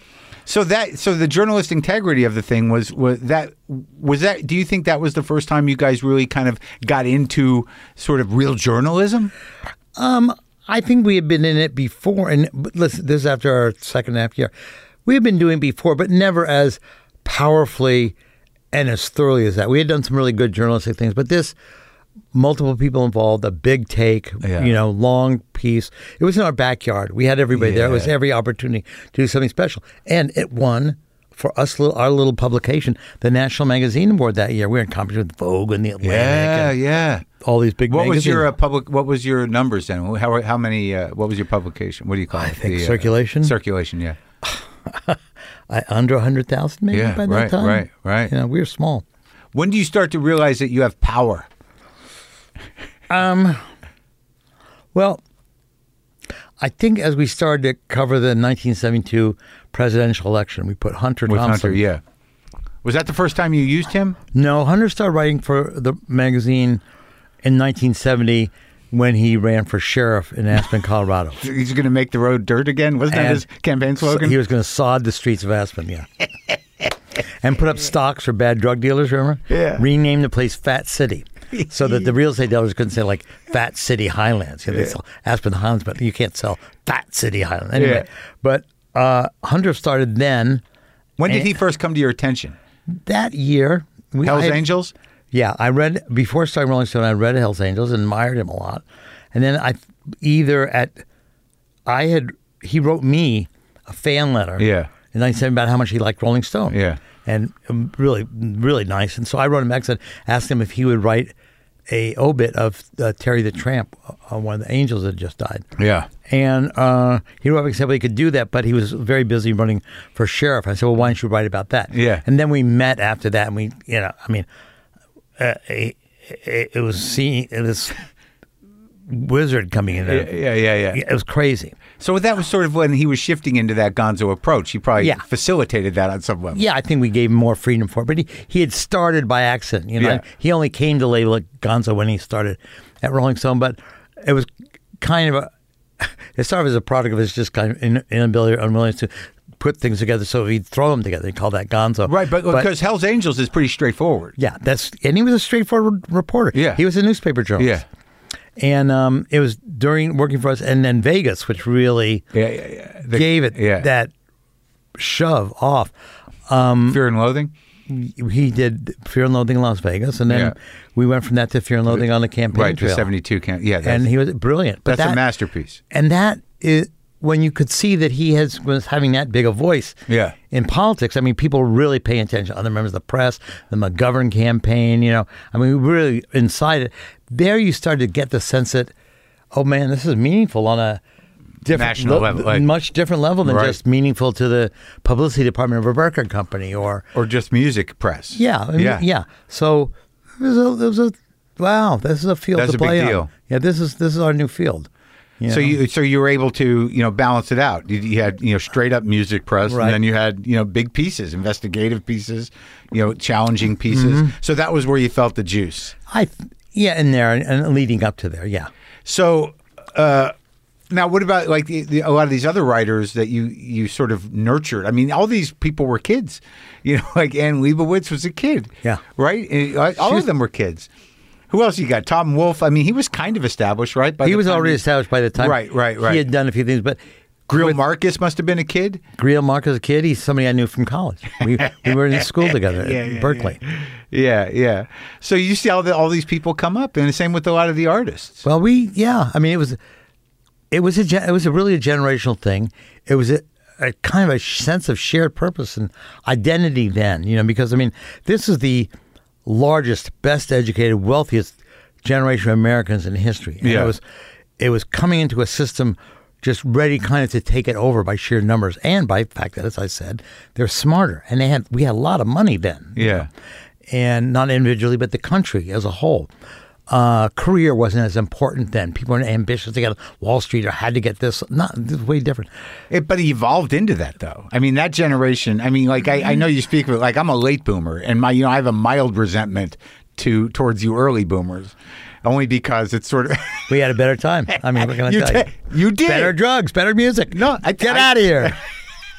S1: So that so the journalist integrity of the thing was was that was that do you think that was the first time you guys really kind of got into sort of real journalism?
S3: I think we had been in it before, and but listen, this is after our second and a half year. We had been doing before, but never as powerfully and as thoroughly as that. We had done some really good journalistic things, but this multiple people involved, a big take,
S1: Yeah.
S3: you know, long piece. It was in our backyard. We had everybody there. It was
S1: Yeah.
S3: every opportunity to do something special, and it won. For us, little, our little publication, the National Magazine Award that year, we were in competition with Vogue and the Atlantic,
S1: Yeah,
S3: and
S1: yeah.
S3: all these big.
S1: What was
S3: magazines.
S1: your uh, public? What was your numbers then? How how many? Uh, what was your publication? What do you call it?
S3: think
S1: uh,
S3: circulation.
S1: circulation. Yeah.
S3: uh, under 100,000 maybe
S1: Yeah,
S3: by that
S1: right,
S3: time.
S1: right, right.
S3: You know, we were small.
S1: When do you start to realize that you have power?
S3: Well, I think as we started to cover the 1972 presidential election, we put Hunter
S1: With
S3: Thompson.
S1: Hunter, yeah. Was that the first time you used him?
S3: No, Hunter started writing for the magazine in 1970 when he ran for sheriff in Aspen, Colorado.
S1: He's going to make the road dirt again. Wasn't that
S3: And
S1: his campaign
S3: so-
S1: slogan?
S3: He was going to sod the streets of Aspen, yeah. and put up stocks for bad drug dealers, remember?
S1: Yeah.
S3: Rename the place Fat City so that the real estate dealers couldn't say, like, Fat City Highlands. You know, They sell Aspen Highlands, but you can't sell Fat City Highlands. Anyway,
S1: Yeah.
S3: but uh, Hunter started then
S1: when did he first come to your attention?
S3: that year. We,
S1: Hell's
S3: I had-
S1: Angels?
S3: Yeah, I read before starting Rolling Stone. I read Hell's Angels and admired him a lot, and then I either at I had he wrote me a fan letter.
S1: Yeah.
S3: in 1970 about how much he liked Rolling Stone.
S1: Yeah.
S3: and um, really, really nice. And so I wrote him back and asked him if he would write a obit of uh, Terry the Tramp, uh, one of the angels that had just died.
S1: Yeah.
S3: And uh, he wrote back and said, well, he could do that, but he was very busy running for sheriff. I said, well, why don't you write about that?
S1: Yeah.
S3: And then we met after that, and we, you know, I mean, uh, it, it, it was seeing this wizard coming in there.
S1: Yeah, yeah, yeah.
S3: It was crazy.
S1: So that was sort of when he was shifting into that gonzo approach. He probably
S3: Yeah.
S1: facilitated that on some level.
S3: Yeah, I think we gave him more freedom for it, but he, he had started by accident. You know,
S1: Yeah.
S3: he only came to label it Gonzo when he started at Rolling Stone, but it was kind of a it started as a product of his just kind of in- inability or unwillingness to put things together. So he'd throw them together. He called that Gonzo,
S1: Right, but because Hell's Angels is pretty straightforward.
S3: yeah, that's and he was a straightforward reporter.
S1: Yeah.
S3: he was a newspaper journalist.
S1: Yeah.
S3: and um, it was during working for us, and then Vegas, which really
S1: Yeah, yeah, yeah. The
S3: gave it
S1: yeah.
S3: that shove off.
S1: Fear and Loathing?
S3: he did Fear and Loathing in Las Vegas, and then
S1: Yeah.
S3: we went from that to Fear and Loathing on the campaign
S1: Right, the
S3: trail.
S1: 72 count. Yeah, that's,
S3: and he was brilliant. But
S1: that's a
S3: that-
S1: masterpiece.
S3: And that is when you could see that he has was having that big a voice.
S1: Yeah.
S3: In politics, I mean, people really pay attention. Other members of the press, the McGovern campaign, you know, I mean, we really inside it. There, you started to get the sense that, oh man, this is meaningful on a different
S1: National level, like-
S3: much different level than
S1: Right.
S3: just meaningful to the publicity department of a record company or
S1: Or just music press.
S3: yeah, I mean,
S1: Yeah.
S3: yeah, So it was a, it was a wow. This is a field
S1: That's
S3: to
S1: a big
S3: play on.
S1: deal.
S3: Yeah, this is this is our new field.
S1: So you so you were able to you know balance it out. You, you had you know straight up music press,
S3: Right.
S1: and then you had you know big pieces, investigative pieces, you know challenging pieces.
S3: Mm-hmm.
S1: So that was where you felt the juice.
S3: I th- yeah, in there and, and leading up to there. Yeah,
S1: So uh, now, what about like the, the, a lot of these other writers that you you sort of nurtured? I mean, all these people were kids, you know. Like Anne Leibovitz was a kid,
S3: Yeah.
S1: right. And, uh, all of them were kids. Who else you got? Tom Wolfe. I mean, he was kind of established, right? By
S3: he
S1: the
S3: was
S1: time
S3: already established by the time.
S1: Right, right, right.
S3: He had done a few things, but.
S1: Grill Marcus must have been a kid.
S3: Griel Mark as a kid, he's somebody I knew from college. We, we were in school together at Uh, Berkeley.
S1: Yeah, yeah. So you see all the, all these people come up, and the same with a lot of the artists.
S3: Well, we yeah, I mean it was, it was a gen- it was a really a generational thing. It was a, a kind of a sh- sense of shared purpose and identity then, you know, because I mean this is the largest, best educated, wealthiest generation of Americans in history. And
S1: Yeah.
S3: it was it was coming into a system just ready kind of to take it over by sheer numbers and by the fact that as I said, they're smarter and they had we had a lot of money then
S1: Yeah,
S3: and not individually, but the country as a whole. Uh, career wasn't as important then. People were ambitious to get Wall Street or had to get this. Not this is way different.
S1: it, but he evolved into that though. I mean, that generation. I mean, like I, I know you speak of it. Like I'm a late boomer, and my you know I have a mild resentment to towards you early boomers, only because it's sort of.
S3: We had a better time. I mean, what can I
S1: You
S3: tell
S1: did-
S3: you?
S1: you did.
S3: better drugs, better music.
S1: No, I-
S3: get
S1: I-
S3: out of here.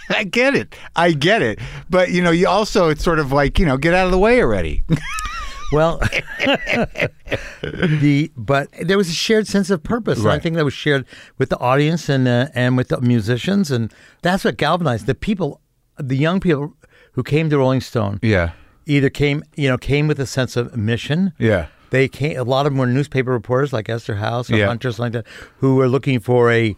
S1: I get it. I get it. But you know, you also it's sort of like you know get out of the way already.
S3: Well, the but there was a shared sense of purpose. and I
S1: Right.
S3: think that was shared with the audience and uh, and with the musicians, and that's what galvanized the people, the young people who came to Rolling Stone.
S1: Yeah.
S3: either came you know came with a sense of mission.
S1: Yeah.
S3: they came. A lot of them were newspaper reporters like Esther House or
S1: Yeah.
S3: Hunter, something like that, who were looking for a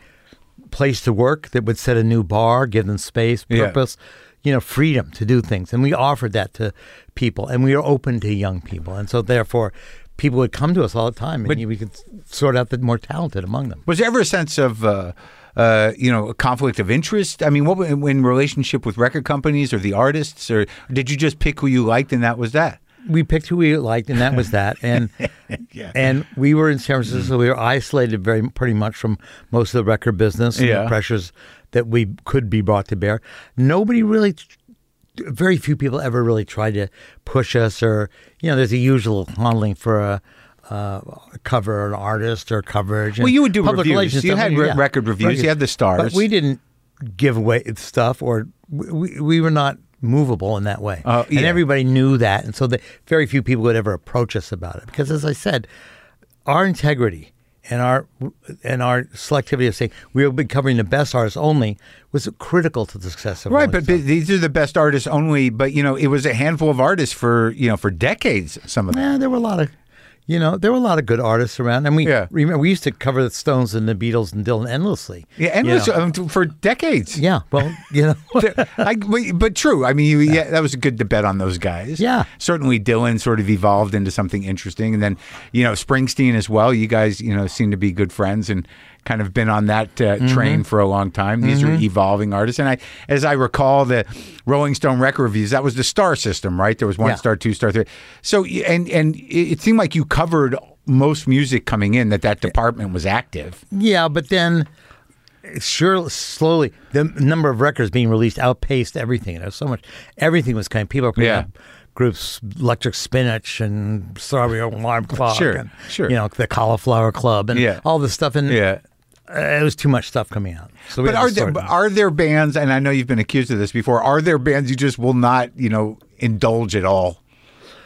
S3: place to work that would set a new bar, give them space,
S1: Yeah.
S3: purpose. You know, freedom to do things, and we offered that to people, and we were open to young people, and so therefore, people would come to us all the time, and we could sort out the more talented among them.
S1: Was there ever a sense of uh, uh, uh, you know, a conflict of interest? I mean, what w- in relationship with record companies or the artists, or did you just pick who you liked and that was that?
S3: we picked who we liked, and that was that. And and we were in San Francisco. so We were isolated very pretty much from most of the record business and
S1: Yeah.
S3: the pressures that we could be brought to bear. Nobody really. Very few people ever really tried to push us, or you know, there's a usual handling for a, uh, a cover, an artist, or coverage. and
S1: Well, you would do
S3: public
S1: reviews.
S3: relations
S1: You
S3: stuff.
S1: had re- record reviews. You had the stars.
S3: but we didn't give away stuff, or we- we, we were not movable in that way.
S1: Oh, yeah.
S3: And everybody knew that. And so the, very few people would ever approach us about it. Because as I said, our integrity and our and our selectivity of saying we will be covering the best artists only was critical to the success of
S1: Right,
S3: Rolling
S1: but,
S3: Stone.
S1: but these are the best artists only. But you know, it was a handful of artists for you know for decades. Some of them.
S3: Yeah, there were a lot of, you know, there were a lot of good artists around, and we
S1: Yeah.
S3: remember we used to cover the Stones and the Beatles and Dylan endlessly.
S1: Yeah,
S3: you
S1: and um,
S3: know.
S1: for decades.
S3: yeah. Well, you know,
S1: I, but, but true. I mean, you, yeah, that was good to bet on those guys.
S3: Yeah.
S1: certainly Dylan sort of evolved into something interesting, and then you know Springsteen as well. You guys, you know, seem to be good friends and kind of been on that
S3: Mm-hmm.
S1: uh, train for a long time. These are evolving artists, and I, as I recall, the Rolling Stone record reviews that was the star system, right? There was one
S3: Yeah.
S1: star, two star, three. So y- and and it it seemed like you covered most music coming in that that department was active.
S3: yeah, but then. Sure, slowly the number of records being released outpaced everything. There was so much, everything was kind. Of, people were putting
S1: Yeah.
S3: up groups, Electric Spinach and Strawberry Alarm Clock,
S1: Sure,
S3: and,
S1: sure.
S3: You know, the Cauliflower Club and
S1: Yeah.
S3: all this stuff, and
S1: Yeah.
S3: uh, it was too much stuff coming out. So, we
S1: But
S3: had to
S1: are there
S3: sort
S1: but
S3: it.
S1: are there bands? And I know you've been accused of this before. Are there bands you just will not, you know, indulge at all?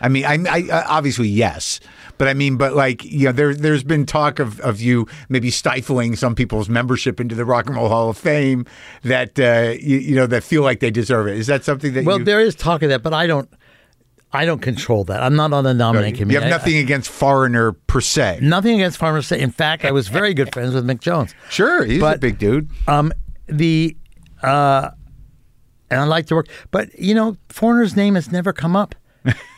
S1: I mean, I, I I- obviously yes, but I mean, but like you know, there there's been talk of of you maybe stifling some people's membership into the Rock and Roll Hall of Fame that uh, you, you know that feel like they deserve it. Is that something that
S3: Well,
S1: you?
S3: there is talk of that, but I don't. I don't control that. I'm not on the nominating
S1: you
S3: committee.
S1: have
S3: I-
S1: nothing against foreigner per se.
S3: I- nothing against Farmer State. In fact, I was very good friends with Mick Jones.
S1: sure, he's a
S3: But-
S1: big dude.
S3: Um, the uh, and I like to work, but you know, foreigner's name has never come up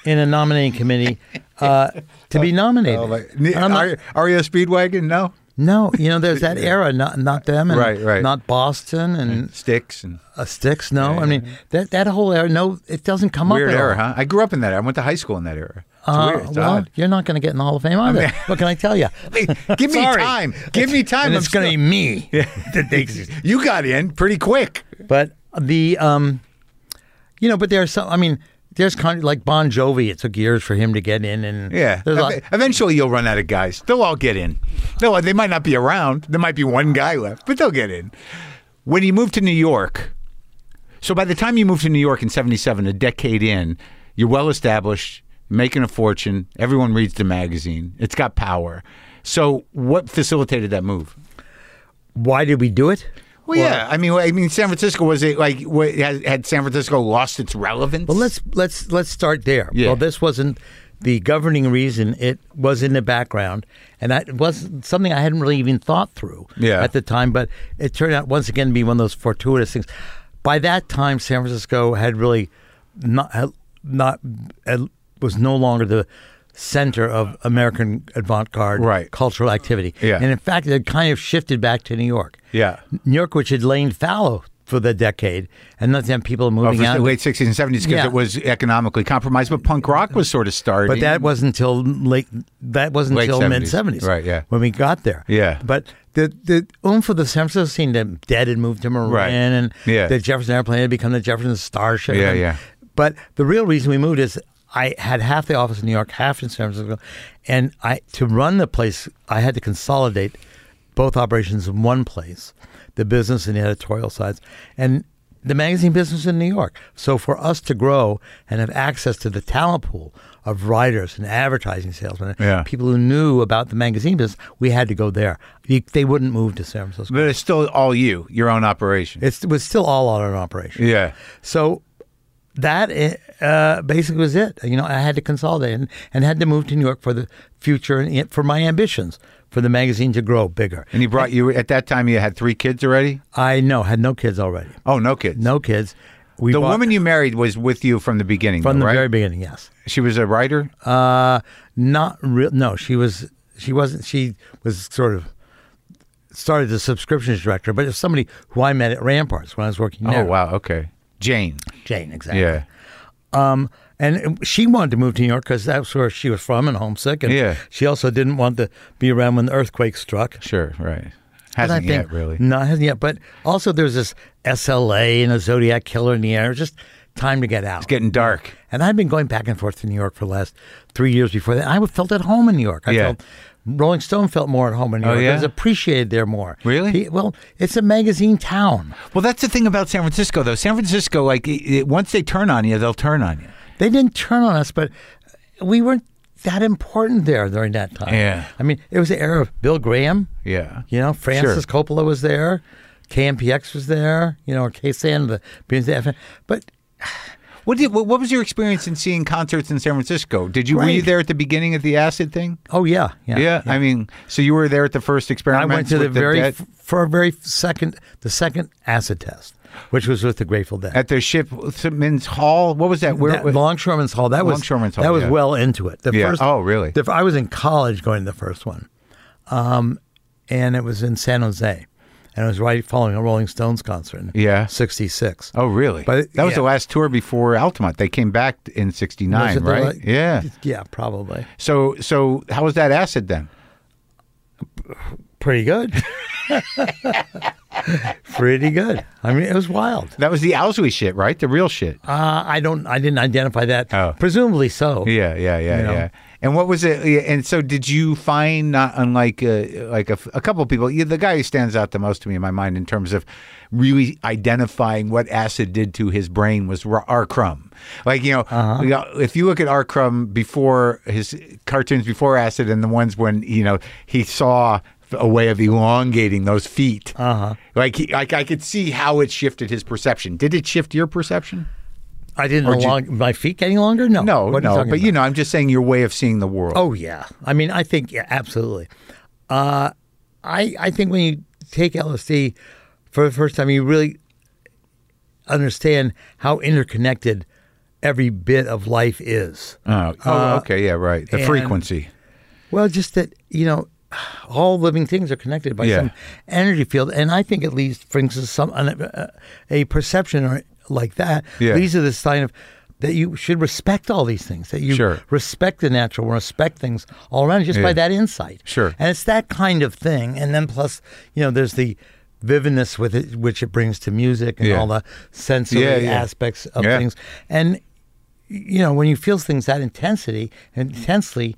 S3: in a nominating committee uh, to be nominated.
S1: Oh, like,
S3: And I'm not-
S1: Ar- Aria Speedwagon, no
S3: no, you know, there's that era. Not not them. And
S1: Right, Mm. right.
S3: Not Boston and
S1: sticks and
S3: uh, Sticks. No, I mean that that whole era. No, it doesn't come
S1: weird
S3: up. at all.
S1: era, huh? I grew up in that. era. I went to high school in that era. It's
S3: Uh,
S1: weird. It's
S3: well,
S1: odd.
S3: you're not going to get in the Hall of Fame either. what can I tell you?
S1: Give me time. Give me time.
S3: And
S1: I'm
S3: it's going to be
S1: still-
S3: me that takes it.
S1: You got in pretty quick.
S3: But the, um, you know, but there's some. I mean, there's kind of like Bon Jovi. It took years for him to get in, and
S1: Yeah.
S3: there's a lot-
S1: Ev- Eventually, you'll run out of guys. They'll all get in. They'll, they might not be around. There might be one guy left, but they'll get in. When you move to New York, so by the time you move to New York in 77, a decade in, you're well established, making a fortune. Everyone reads the magazine, it's got power. So, what facilitated that move?
S3: Why did we do it?
S1: Well, yeah. I mean, I mean, San Francisco was it like what, had, had San Francisco lost its relevance?
S3: Well, let's let's let's start there.
S1: Yeah.
S3: Well, this wasn't the governing reason. It was in the background, and that was something I hadn't really even thought through
S1: Yeah.
S3: at the time. But it turned out once again to be one of those fortuitous things. By that time, San Francisco had really not had not had- was no longer the center of American avant-garde
S1: Right.
S3: cultural activity.
S1: Yeah.
S3: And in fact, it had kind of shifted back to New York.
S1: Yeah.
S3: New York, which had lain fallow for the decade, and nothing had people moving
S1: Well,
S3: out.
S1: Oh, for the late 60s and 70s because
S3: Yeah.
S1: it was economically compromised, but punk rock was sort of starting.
S3: But that wasn't until late. That wasn't
S1: Late
S3: until
S1: 70s.
S3: mid seventies,
S1: Right, yeah.
S3: When we got there,
S1: Yeah.
S3: But the the oomph of the San Francisco scene, the Dead had moved to Marin,
S1: Right.
S3: and
S1: Yeah.
S3: the Jefferson Airplane had become the Jefferson Starship.
S1: Yeah,
S3: And-
S1: yeah.
S3: But the real reason we moved is I had half the office in New York, half in San Francisco, and I to run the place, I had to consolidate both operations in one place, the business and the editorial sides, and the magazine business in New York. So for us to grow and have access to the talent pool of writers and advertising salesmen,
S1: Yeah.
S3: people who knew about the magazine business, we had to go there. They they wouldn't move to San Francisco.
S1: but it's still all you, your own operation.
S3: It's, it was still all on an operation.
S1: yeah.
S3: So that uh, basically was it. You know, I had to consolidate and, and had to move to New York for the future and for my ambitions for the magazine to grow bigger.
S1: And he brought you, at that time, you had three kids already?
S3: I know had no kids already.
S1: Oh, no kids.
S3: No kids. We
S1: The
S3: bought-
S1: woman you married was with you from the beginning,
S3: from
S1: though,
S3: the
S1: right?
S3: very beginning. Yes.
S1: she was a writer?
S3: Uh, not real. No, she was. She wasn't. She was sort of started as a subscriptions director, but it's somebody who I met at Ramparts when I was working there.
S1: Oh wow. Okay. Jane.
S3: Jane, exactly.
S1: Yeah.
S3: Um, And she wanted to move to New York because that's where she was from and homesick. And
S1: Yeah.
S3: she also didn't want to be around when the earthquake struck.
S1: Sure. Right.
S3: And I
S1: Hasn't
S3: think-
S1: yet really.
S3: No, it hasn't yet. But also, there's this SLA and a Zodiac killer in the air. Just time to get out.
S1: It's getting dark.
S3: And I've been going back and forth to New York for the last three years before that. I felt at home in New York. I
S1: Yeah.
S3: felt Rolling Stone felt more at home in New
S1: Oh,
S3: York.
S1: yeah?
S3: It was appreciated there more.
S1: Really?
S3: He- well, it's a magazine town.
S1: Well, that's the thing about San Francisco, though. San Francisco, like, it, it- once they turn on you, they'll turn on you.
S3: They didn't turn on us, but we weren't that important there during that time.
S1: Yeah.
S3: I mean, it was the era of Bill Graham.
S1: Yeah.
S3: You know, Francis Coppola was there. KMPX was there. You know, or KSAN, the being the FM. But
S1: What, did, what what was your experience in seeing concerts in San Francisco? Did you were
S3: Great.
S1: you there at the beginning of the acid thing?
S3: oh yeah, yeah.
S1: I mean, so you were there at the first
S3: I
S1: experiment.
S3: went to the
S1: with
S3: very
S1: dead-
S3: f- for a very second the second acid test, which was with the Grateful Dead.
S1: at the shipman's hall. What was that? Where
S3: That Longshoreman's Hall. That was
S1: Longshoreman's Hall,
S3: That was
S1: yeah.
S3: well into it. The
S1: Yeah.
S3: first.
S1: Oh, really?
S3: the- I was in college going to the first one, um, and it was in San Jose, and it was right following a Rolling Stones concert. in
S1: Yeah.
S3: '66.
S1: Oh, really?
S3: But-
S1: that was the
S3: yeah.
S1: last tour before Altamont. They came back in '69, right? yeah.
S3: Yeah, probably.
S1: So, so how was that acid then?
S3: Pretty good. Pretty good. I mean, it was wild.
S1: That was the Owsley shit, right? The real shit.
S3: Uh, I don't. I didn't identify that.
S1: Oh.
S3: Presumably so.
S1: Yeah, yeah, yeah,
S3: You know?
S1: yeah. And what was it? yeah, And so, did you find not unlike uh, like a, f- a couple of people? Yeah, the guy who stands out the most to me in my mind in terms of really identifying what acid did to his brain was Ra- R. Crumb. Like you know,
S3: Uh-huh.
S1: you know, if you look at R. Crumb before his cartoons before acid and the ones when you know he saw a way of elongating those feet. Uh-huh. Like he, like I could see how it shifted his perception. Did it shift your perception?
S3: I didn't.
S1: did-
S3: Along, my feet getting longer? No.
S1: No,
S3: What are
S1: no.
S3: talking
S1: But
S3: about?
S1: you know, I'm just saying your way of seeing the world.
S3: Oh yeah. I mean, I think yeah, absolutely. Uh, I I think when you take LSD for the first time, you really understand how interconnected every bit of life is.
S1: Oh, oh, okay, yeah, right. The
S3: uh, and-
S1: frequency.
S3: Well, just that you know, all living things are connected by
S1: Yeah.
S3: some energy field, and I think at least brings us some uh, a perception or like that
S1: Yeah.
S3: leads to the sign of that you should respect all these things, that you
S1: Sure.
S3: respect the natural, respect things all around, you just
S1: Yeah.
S3: by that insight.
S1: Sure.
S3: and it's that kind of thing, and then plus, you know, there's the vividness with it, which it brings to music and
S1: Yeah.
S3: all the sensory
S1: Yeah, yeah.
S3: aspects of
S1: Yeah.
S3: things, and you know, when you feel things that intensity intensely,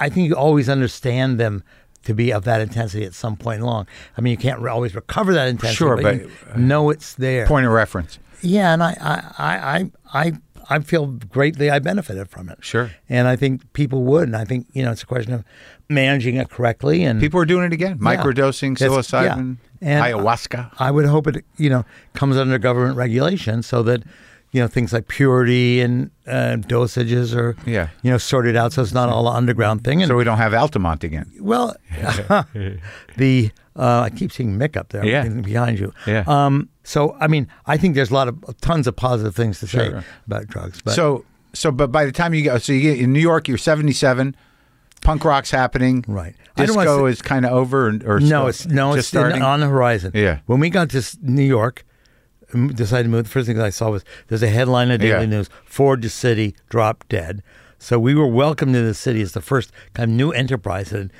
S3: I think you always understand them to be of that intensity at some point along. I mean, you can't re- always recover that intensity,
S1: Sure, but- uh,
S3: you know it's there.
S1: Point of reference.
S3: Yeah, and I, I, I, I, I feel greatly I benefited from it.
S1: Sure.
S3: and I think people would, and I think you know, it's a question of managing it correctly and
S1: People are doing it again. Microdosing,
S3: That's- yeah.
S1: psilocybin,
S3: And, uh,
S1: ayahuasca.
S3: I would hope it, you know, comes under government regulation so that, you know, things like purity and uh, dosages are,
S1: Yeah.
S3: you know, sorted out so it's not all an underground thing. And
S1: so we don't have Altamont again.
S3: well, the uh, I keep seeing Mick up there
S1: Yeah.
S3: in- behind you.
S1: Yeah.
S3: Um. So I mean, I think there's a lot of tons of positive things to
S1: Sure.
S3: say about drugs. But
S1: So, so, but by the time you go, so you get in New York, you're 77. Punk rock's happening.
S3: Right. I don't wanna
S1: Disco
S3: say-
S1: is kind of over, and- or
S3: no,
S1: still-
S3: it's uh, no,
S1: just
S3: it's
S1: starting.
S3: on the horizon.
S1: Yeah.
S3: When we got to s- New York, m- decided to move. The first thing I saw was there's a headline in Daily
S1: Yeah.
S3: News: Ford to City dropped dead. So we were welcomed to the city as the first kind of new enterprise, and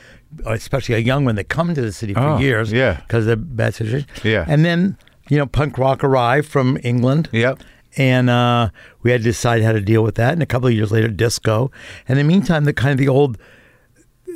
S3: uh, especially a young one that come to the city for
S1: Oh,
S3: years.
S1: yeah.
S3: Because of the bad situation.
S1: Yeah.
S3: And then you know, punk rock arrived from England.
S1: Yep.
S3: And uh, we had to decide how to deal with that. And a couple of years later, disco. And in the meantime, the kind of the old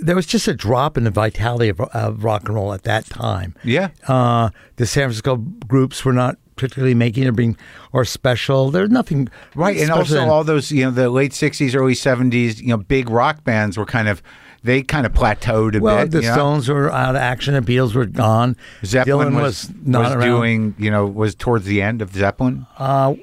S3: there was just a drop in the vitality of, of rock and roll at that time.
S1: Yeah.
S3: Uh, the San Francisco groups were not particularly making or being or special. There's nothing
S1: right and
S3: special
S1: also
S3: in-
S1: all those you know the late 60s early 70s you know big rock bands were kind of they kind of plateaued a
S3: well,
S1: bit
S3: the
S1: you know?
S3: Stones were out of action. The Beatles were gone.
S1: zeppelin
S3: Dylan
S1: was,
S3: was, not
S1: was
S3: around.
S1: doing you know was towards the end of zeppelin
S3: uh,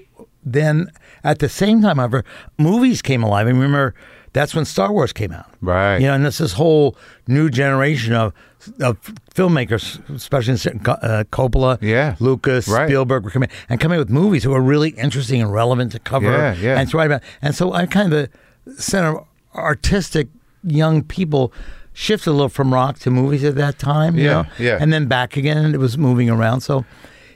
S3: then at the same time, however, movies came alive. I remember that's when Star Wars came out,
S1: Right.
S3: You know, and it's this whole new generation of of filmmakers, especially uh, Coppola,
S1: Yeah.
S3: Lucas,
S1: Right.
S3: Spielberg were coming and coming with movies that were really interesting and relevant to cover.
S1: Yeah, yeah.
S3: And to write about. And so I kind of the center artistic young people shifted a little from rock to movies at that time. you
S1: Yeah,
S3: know?
S1: yeah.
S3: And then back again, and it was moving around. So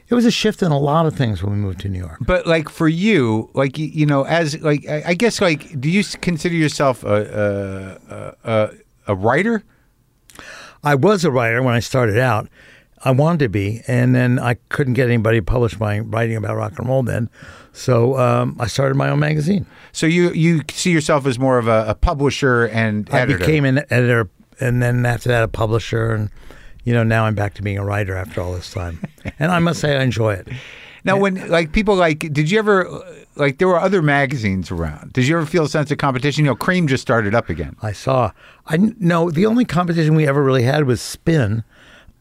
S3: it was a shift in a lot of things when we moved to New York.
S1: But like for you, like you, you know, as like I I guess like, do you s- consider yourself a a a, a writer?
S3: I was a writer when I started out. I wanted to be, and then I couldn't get anybody to publish my writing about rock and roll then. So um, I started my own magazine.
S1: So you you see yourself as more of a, a publisher and
S3: I
S1: editor.
S3: became an editor, and then after that, a publisher, and you know now I'm back to being a writer after all this time. and I must say, I enjoy it.
S1: now when like people like, did you ever like there were other magazines around? Did you ever feel a sense of competition? You know, Cream just started up again.
S3: I saw. I kn- no. The only competition we ever really had was Spin,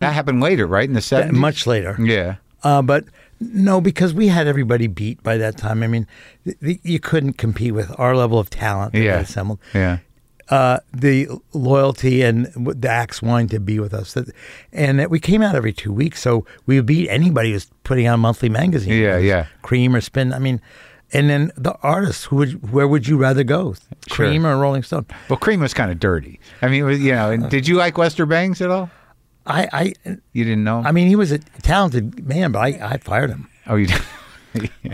S1: That happened later, right in the
S3: that-
S1: seventies.
S3: much later.
S1: yeah.
S3: Uh, but no, because we had everybody beat by that time. I mean, th- th- you couldn't compete with our level of talent that
S1: Yeah.
S3: we assembled.
S1: Yeah.
S3: Uh, the loyalty and w- the axe wanting to be with us, that, and that we came out every two weeks, so we would beat anybody who's putting out a monthly magazine.
S1: Yeah,
S3: whether it's
S1: yeah.
S3: Cream or Spin. I mean, and then the artists. Who would where would you rather go?
S1: Sure.
S3: Cream or Rolling Stone?
S1: Well, Cream was kind of dirty. I mean, it was, you know, and did you like Lester Bangs at all?
S3: I, I
S1: You didn't know?
S3: I mean, he was a talented man, but I, I fired him.
S1: oh, you.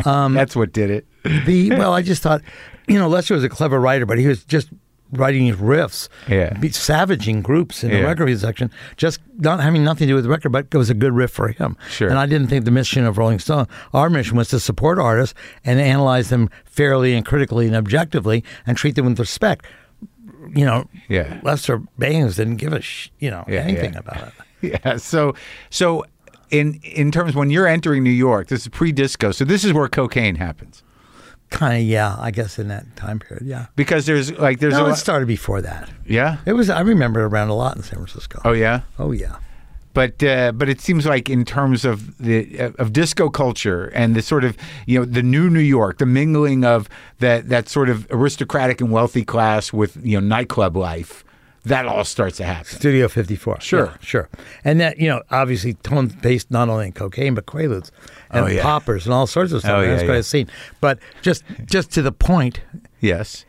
S1: um, That's what did it.
S3: The well, I just thought, you know, Lester was a clever writer, but he was just writing these riffs,
S1: Yeah.
S3: be, savaging groups in
S1: Yeah.
S3: the record section, just not having nothing to do with the record, but it was a good riff for him.
S1: Sure.
S3: And I didn't think the mission of Rolling Stone, our mission was to support artists and analyze them fairly and critically and objectively and treat them with respect. You know,
S1: Yeah.
S3: Lester Bangs didn't give a sh- you know
S1: Yeah,
S3: anything
S1: yeah.
S3: about it.
S1: Yeah. So, so in in terms when you're entering New York, this is pre-disco. So this is where cocaine happens
S3: Kind of, yeah, I guess in that time period, yeah.
S1: because there's like there's a
S3: No, it
S1: lot-
S3: started before that.
S1: yeah.
S3: It was. I remember it around a lot in San Francisco.
S1: Oh yeah.
S3: Oh, yeah.
S1: But uh, but it seems like in terms of the uh, of disco culture and the sort of you know the new New York, the mingling of that that sort of aristocratic and wealthy class with you know nightclub life, that all starts to happen.
S3: Studio 54.
S1: Sure.
S3: Yeah, sure. And that, you know, obviously tone based not only in cocaine, but Quaaludes and
S1: Oh, yeah.
S3: poppers and all sorts of stuff.
S1: Oh, yeah,
S3: That's
S1: yeah.
S3: quite a scene. But just, just to the point,
S1: Yes.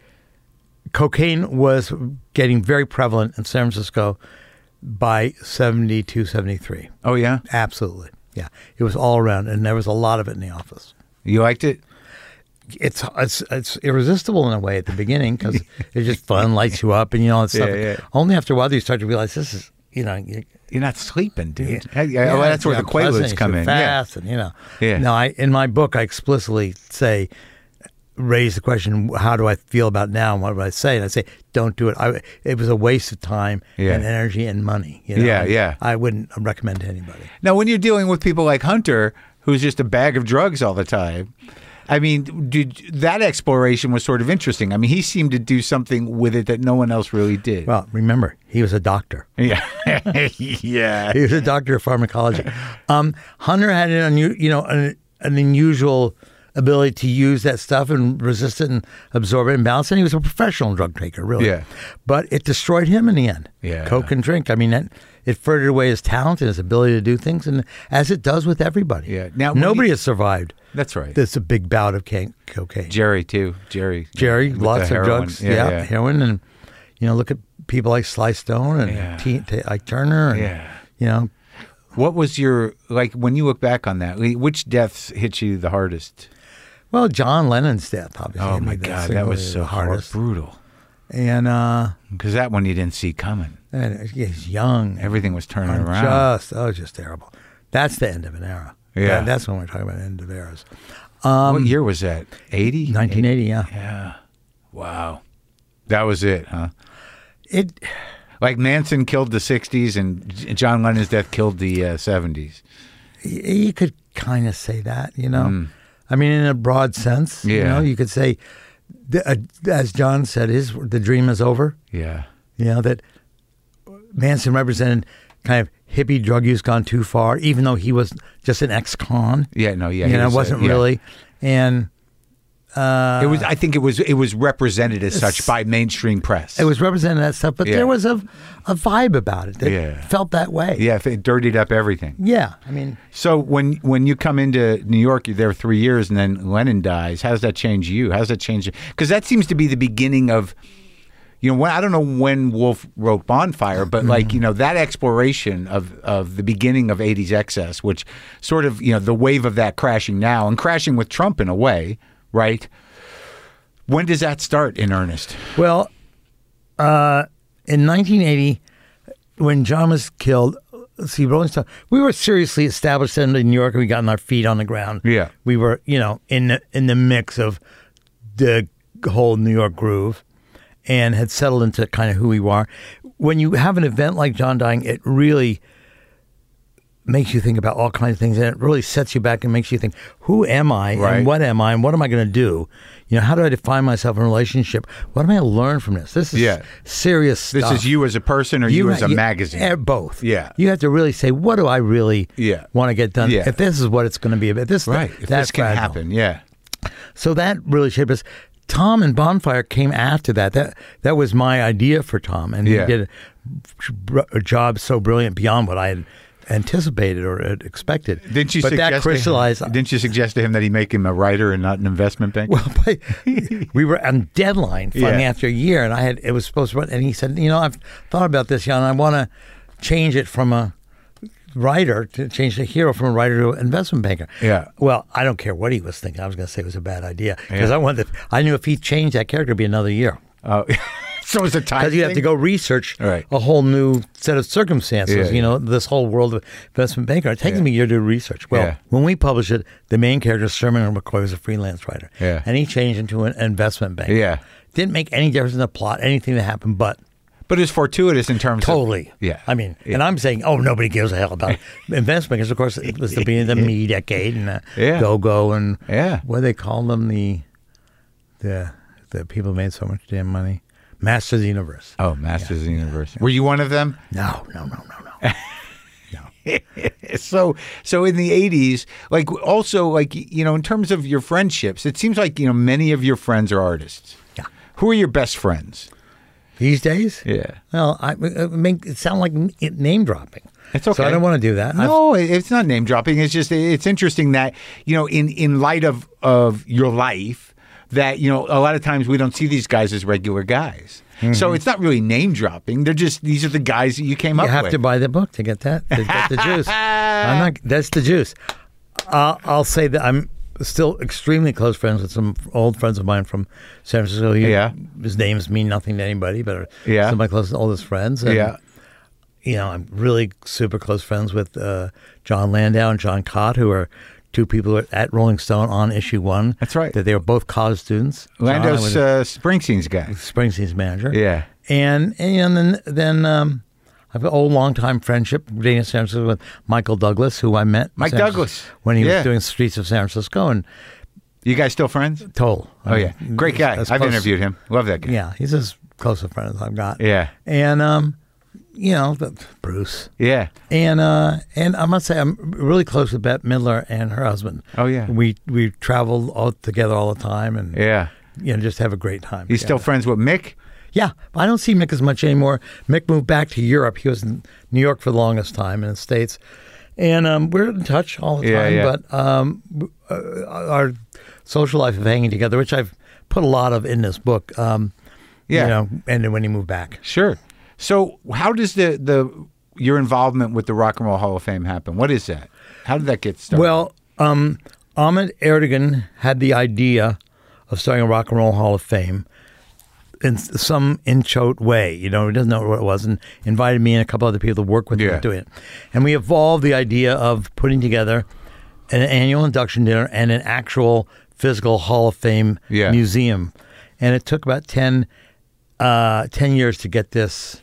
S3: cocaine was getting very prevalent in San Francisco by 72, 73.
S1: Oh yeah.
S3: Absolutely. Yeah. It was all around, and there was a lot of it in the office.
S1: You liked it.
S3: it's it's it's irresistible in a way at the beginning because it's just fun, lights you up, and you know all that stuff.
S1: Yeah, yeah.
S3: Only after a while do you start to realize this is you know. You,
S1: You're not sleeping, dude.
S3: yeah,
S1: Hey, yeah, well, that's where the Quaaludes come in. Yeah.
S3: Fast and you know.
S1: Yeah.
S3: Now, I in my book I explicitly say raise the question how do I feel about now and what would I say and I say don't do it I it was a waste of time
S1: Yeah.
S3: and energy and money you know?
S1: Yeah, yeah.
S3: I wouldn't recommend to anybody
S1: Now, when you're dealing with people like Hunter, who's just a bag of drugs all the time, I mean, did, that exploration was sort of interesting. I mean, he seemed to do something with it that no one else really did.
S3: well remember he was a doctor
S1: yeah, yeah,
S3: he was a doctor of pharmacology. Um, Hunter had an unu- you know an, an unusual ability to use that stuff and resist it and absorb it and balance. it. And he was a professional drug taker, really.
S1: Yeah.
S3: But it destroyed him in the end.
S1: Yeah.
S3: Coke and drink. I mean, it, it furthered away his talent and his ability to do things, and as it does with everybody.
S1: Yeah. Now, when
S3: nobody
S1: you-
S3: has survived.
S1: That's right.
S3: This a big bout of can- cocaine.
S1: Jerry too. Jerry.
S3: Jerry,
S1: With
S3: lots
S1: the
S3: of
S1: heroin.
S3: drugs. Yeah, heroin, and you know, look at people like Sly Stone and
S1: Yeah.
S3: T- T- Ike Turner, and
S1: Yeah.
S3: you know,
S1: What was your like when you look back on that? like, Which deaths hit you the hardest?
S3: Well, John Lennon's death, obviously.
S1: Oh
S3: I mean,
S1: my
S3: that's
S1: God, that
S3: certainly
S1: was so
S3: the
S1: hard,
S3: hardest.
S1: brutal.
S3: And, uh,
S1: Because that one you didn't see coming.
S3: and he's young, and
S1: Everything was turning around.
S3: just oh, just terrible. That's the end of an era.
S1: Yeah.
S3: That- that's when we're talking about end of eras. um,
S1: what year was that? 80?
S3: 1980, yeah.
S1: Yeah. Wow. That was it, huh?
S3: It
S1: Like Manson killed the 60s and J- John Lennon's death killed the uh, 70s.
S3: y- you could kind of say that, you know. I mean, in a broad sense, you
S1: Mm. Yeah.
S3: know, you could say, the, uh, as John said, his the dream is over.
S1: Yeah.
S3: You know that Manson represented kind of hippie drug use gone too far, even though he was just an ex-con.
S1: Yeah, no, yeah.
S3: you
S1: he
S3: know,
S1: was, uh,
S3: it wasn't
S1: yeah.
S3: really. And
S1: it was I think it was it was represented as such by mainstream press.
S3: it was representing that stuff, but
S1: Yeah.
S3: there was a, a vibe about it that
S1: Yeah.
S3: felt that way.
S1: Yeah, it dirtied up everything.
S3: Yeah. I mean,
S1: So when when you come into New York, you're there 3 years and then Lennon dies. How does that change you? How does that change Cuz that seems to be the beginning of you know, when I don't know when Wolf wrote Bonfire, but like you know that exploration of of the beginning of '80s excess, which sort of you know the wave of that crashing now and crashing with Trump in a way, right? When does that start in earnest?
S3: Well, uh, in 1980, when John was killed, let's see, Rolling Stone, we were seriously established in New York and we gotten our feet on the ground.
S1: Yeah.
S3: We were, you know, in the, in the mix of the whole New York groove and had settled into kind of who we are. When you have an event like John dying, it really makes you think about all kinds of things and it really sets you back and makes you think who am i
S1: Right.
S3: and what am i and what am i going to do you know how do i define myself in a relationship what am i going to learn from this this is
S1: Yeah.
S3: serious
S1: This
S3: stuff
S1: is you as a person or you, as a magazine?
S3: eh, both
S1: Yeah.
S3: you have to really say what do i really
S1: Yeah.
S3: want to get done
S1: Yeah.
S3: if this is what it's going to be about this
S1: right.
S3: that's
S1: If this can
S3: fragile.
S1: happen, yeah.
S3: So that really shaped us. Tom and Bonfire came after that. That that was my idea for Tom, and
S1: Yeah.
S3: he did a br- a job so brilliant beyond what I had anticipated or had expected.
S1: Didn't you
S3: But
S1: suggest
S3: that
S1: to him-
S3: crystallized.
S1: didn't you suggest to him that he make him a writer and not an investment banker?
S3: well, but we were on deadline finally
S1: Yeah.
S3: after a year, and I had it was supposed to. run- And he said, "You know, I've thought about this, Jan. I want to change it from a." Writer to change the hero from a writer to an investment banker.
S1: Yeah.
S3: Well, I don't care what he was thinking. I was going to say it was a bad idea because
S1: Yeah.
S3: I wanted. to- I knew if he changed that character, it'd be another year.
S1: Oh, so it's a time
S3: because you have
S1: thing?
S3: to go research
S1: Right.
S3: a whole new set of circumstances.
S1: Yeah, yeah.
S3: you know, this whole world of investment banking. It takes
S1: Yeah.
S3: me a year to do research. Well,
S1: Yeah.
S3: when we published it, the main character, Sherman McCoy, was a freelance writer,
S1: Yeah.
S3: and he changed into an investment banker.
S1: Yeah.
S3: didn't make any difference in the plot, anything that happened, but.
S1: But it's fortuitous in terms of
S3: Totally.
S1: Yeah.
S3: I mean,
S1: Yeah.
S3: and I'm saying, oh, nobody gives a hell about investment because, of course, it was the beginning of the me decade and uh,
S1: Yeah.
S3: go go and
S1: Yeah.
S3: what do they call them the the the people who made so much damn money, masters of the universe.
S1: Oh, Masters of the Universe. Were you one of them?
S3: No, no, no, no, no.
S1: So, so in the '80s, like also like you know, in terms of your friendships, it seems like you know many of your friends are artists.
S3: Yeah.
S1: Who are your best friends?
S3: These days?
S1: Yeah.
S3: Well, I, I make it sound like n- it name dropping.
S1: It's okay.
S3: So I don't want to do that. I've-
S1: No, it- it's not name dropping. It's just it's interesting that you know in in light of of your life that you know a lot of times we don't see these guys as regular guys. So it's not really name dropping. They're just these are the guys that you came
S3: Mm-hmm. you
S1: up
S3: have
S1: with.
S3: to buy the book to get that. To get the juice. I'm not. That's the juice. I'll I'll say that I'm still extremely close friends with some old friends of mine from San Francisco. He-
S1: Yeah.
S3: His names mean nothing to anybody, but are
S1: Yeah.
S3: some of my closest oldest friends. And,
S1: yeah.
S3: you know, I'm really super close friends with uh, John Landau and John Cott, who are two people at Rolling Stone on issue one.
S1: That's right.
S3: That they were both college students. John
S1: Lando's
S3: was
S1: uh, Springsteen's guy.
S3: Springsteen's manager.
S1: Yeah.
S3: And and then then um, I've got an old longtime friendship dating in San Francisco with Michael Douglas, who I met in
S1: Mike
S3: San
S1: Douglas.
S3: Francisco when he
S1: Yeah.
S3: was doing Streets of San Francisco and
S1: You guys still friends?
S3: Toll.
S1: Oh yeah, great guy. I've interviewed him. Love that guy.
S3: Yeah, he's as close a friend as I've got.
S1: Yeah.
S3: And um, you know, the, Bruce.
S1: Yeah.
S3: And uh, and I must say, I'm really close with Bette Midler and her husband.
S1: Oh, yeah.
S3: we we travel all together all the time, and
S1: Yeah.
S3: you know, just have a great time.
S1: He's still
S3: together.
S1: friends with Mick.
S3: yeah. I don't see Mick as much anymore. Mick moved back to Europe. He was in New York for the longest time, in the states, and um, we're in touch all the
S1: Yeah,
S3: time.
S1: yeah.
S3: But um, w- uh, our social life of hanging together, which I've put a lot of in this book. Um,
S1: Yeah.
S3: you know, ended when he moved back.
S1: Sure. So how does the the your involvement with the Rock and Roll Hall of Fame happen? What is that? How did that get started?
S3: Well, um, Ahmed Erdogan had the idea of starting a Rock and Roll Hall of Fame in s- some inchoate way. You know, he doesn't know what it was, and invited me and a couple other people to work with
S1: Yeah.
S3: him to do it. And we evolved the idea of putting together an annual induction dinner and an actual physical Hall of Fame
S1: Yeah.
S3: museum. And it took about 10, uh, 10 years to get this,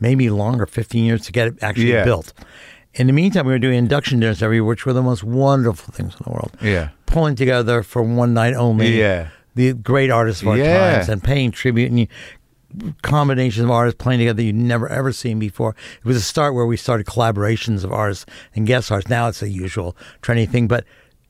S3: maybe longer, 15 years to get it actually
S1: Yeah.
S3: built. In the meantime, we were doing induction dinners every year, which were the most wonderful things in the world.
S1: Yeah.
S3: Pulling together for one night only
S1: Yeah.
S3: the great artists of our
S1: Yeah.
S3: times and paying tribute and you, combinations of artists playing together you'd never ever seen before. It was a start where we started collaborations of artists and guest artists. Now it's the usual trendy thing, but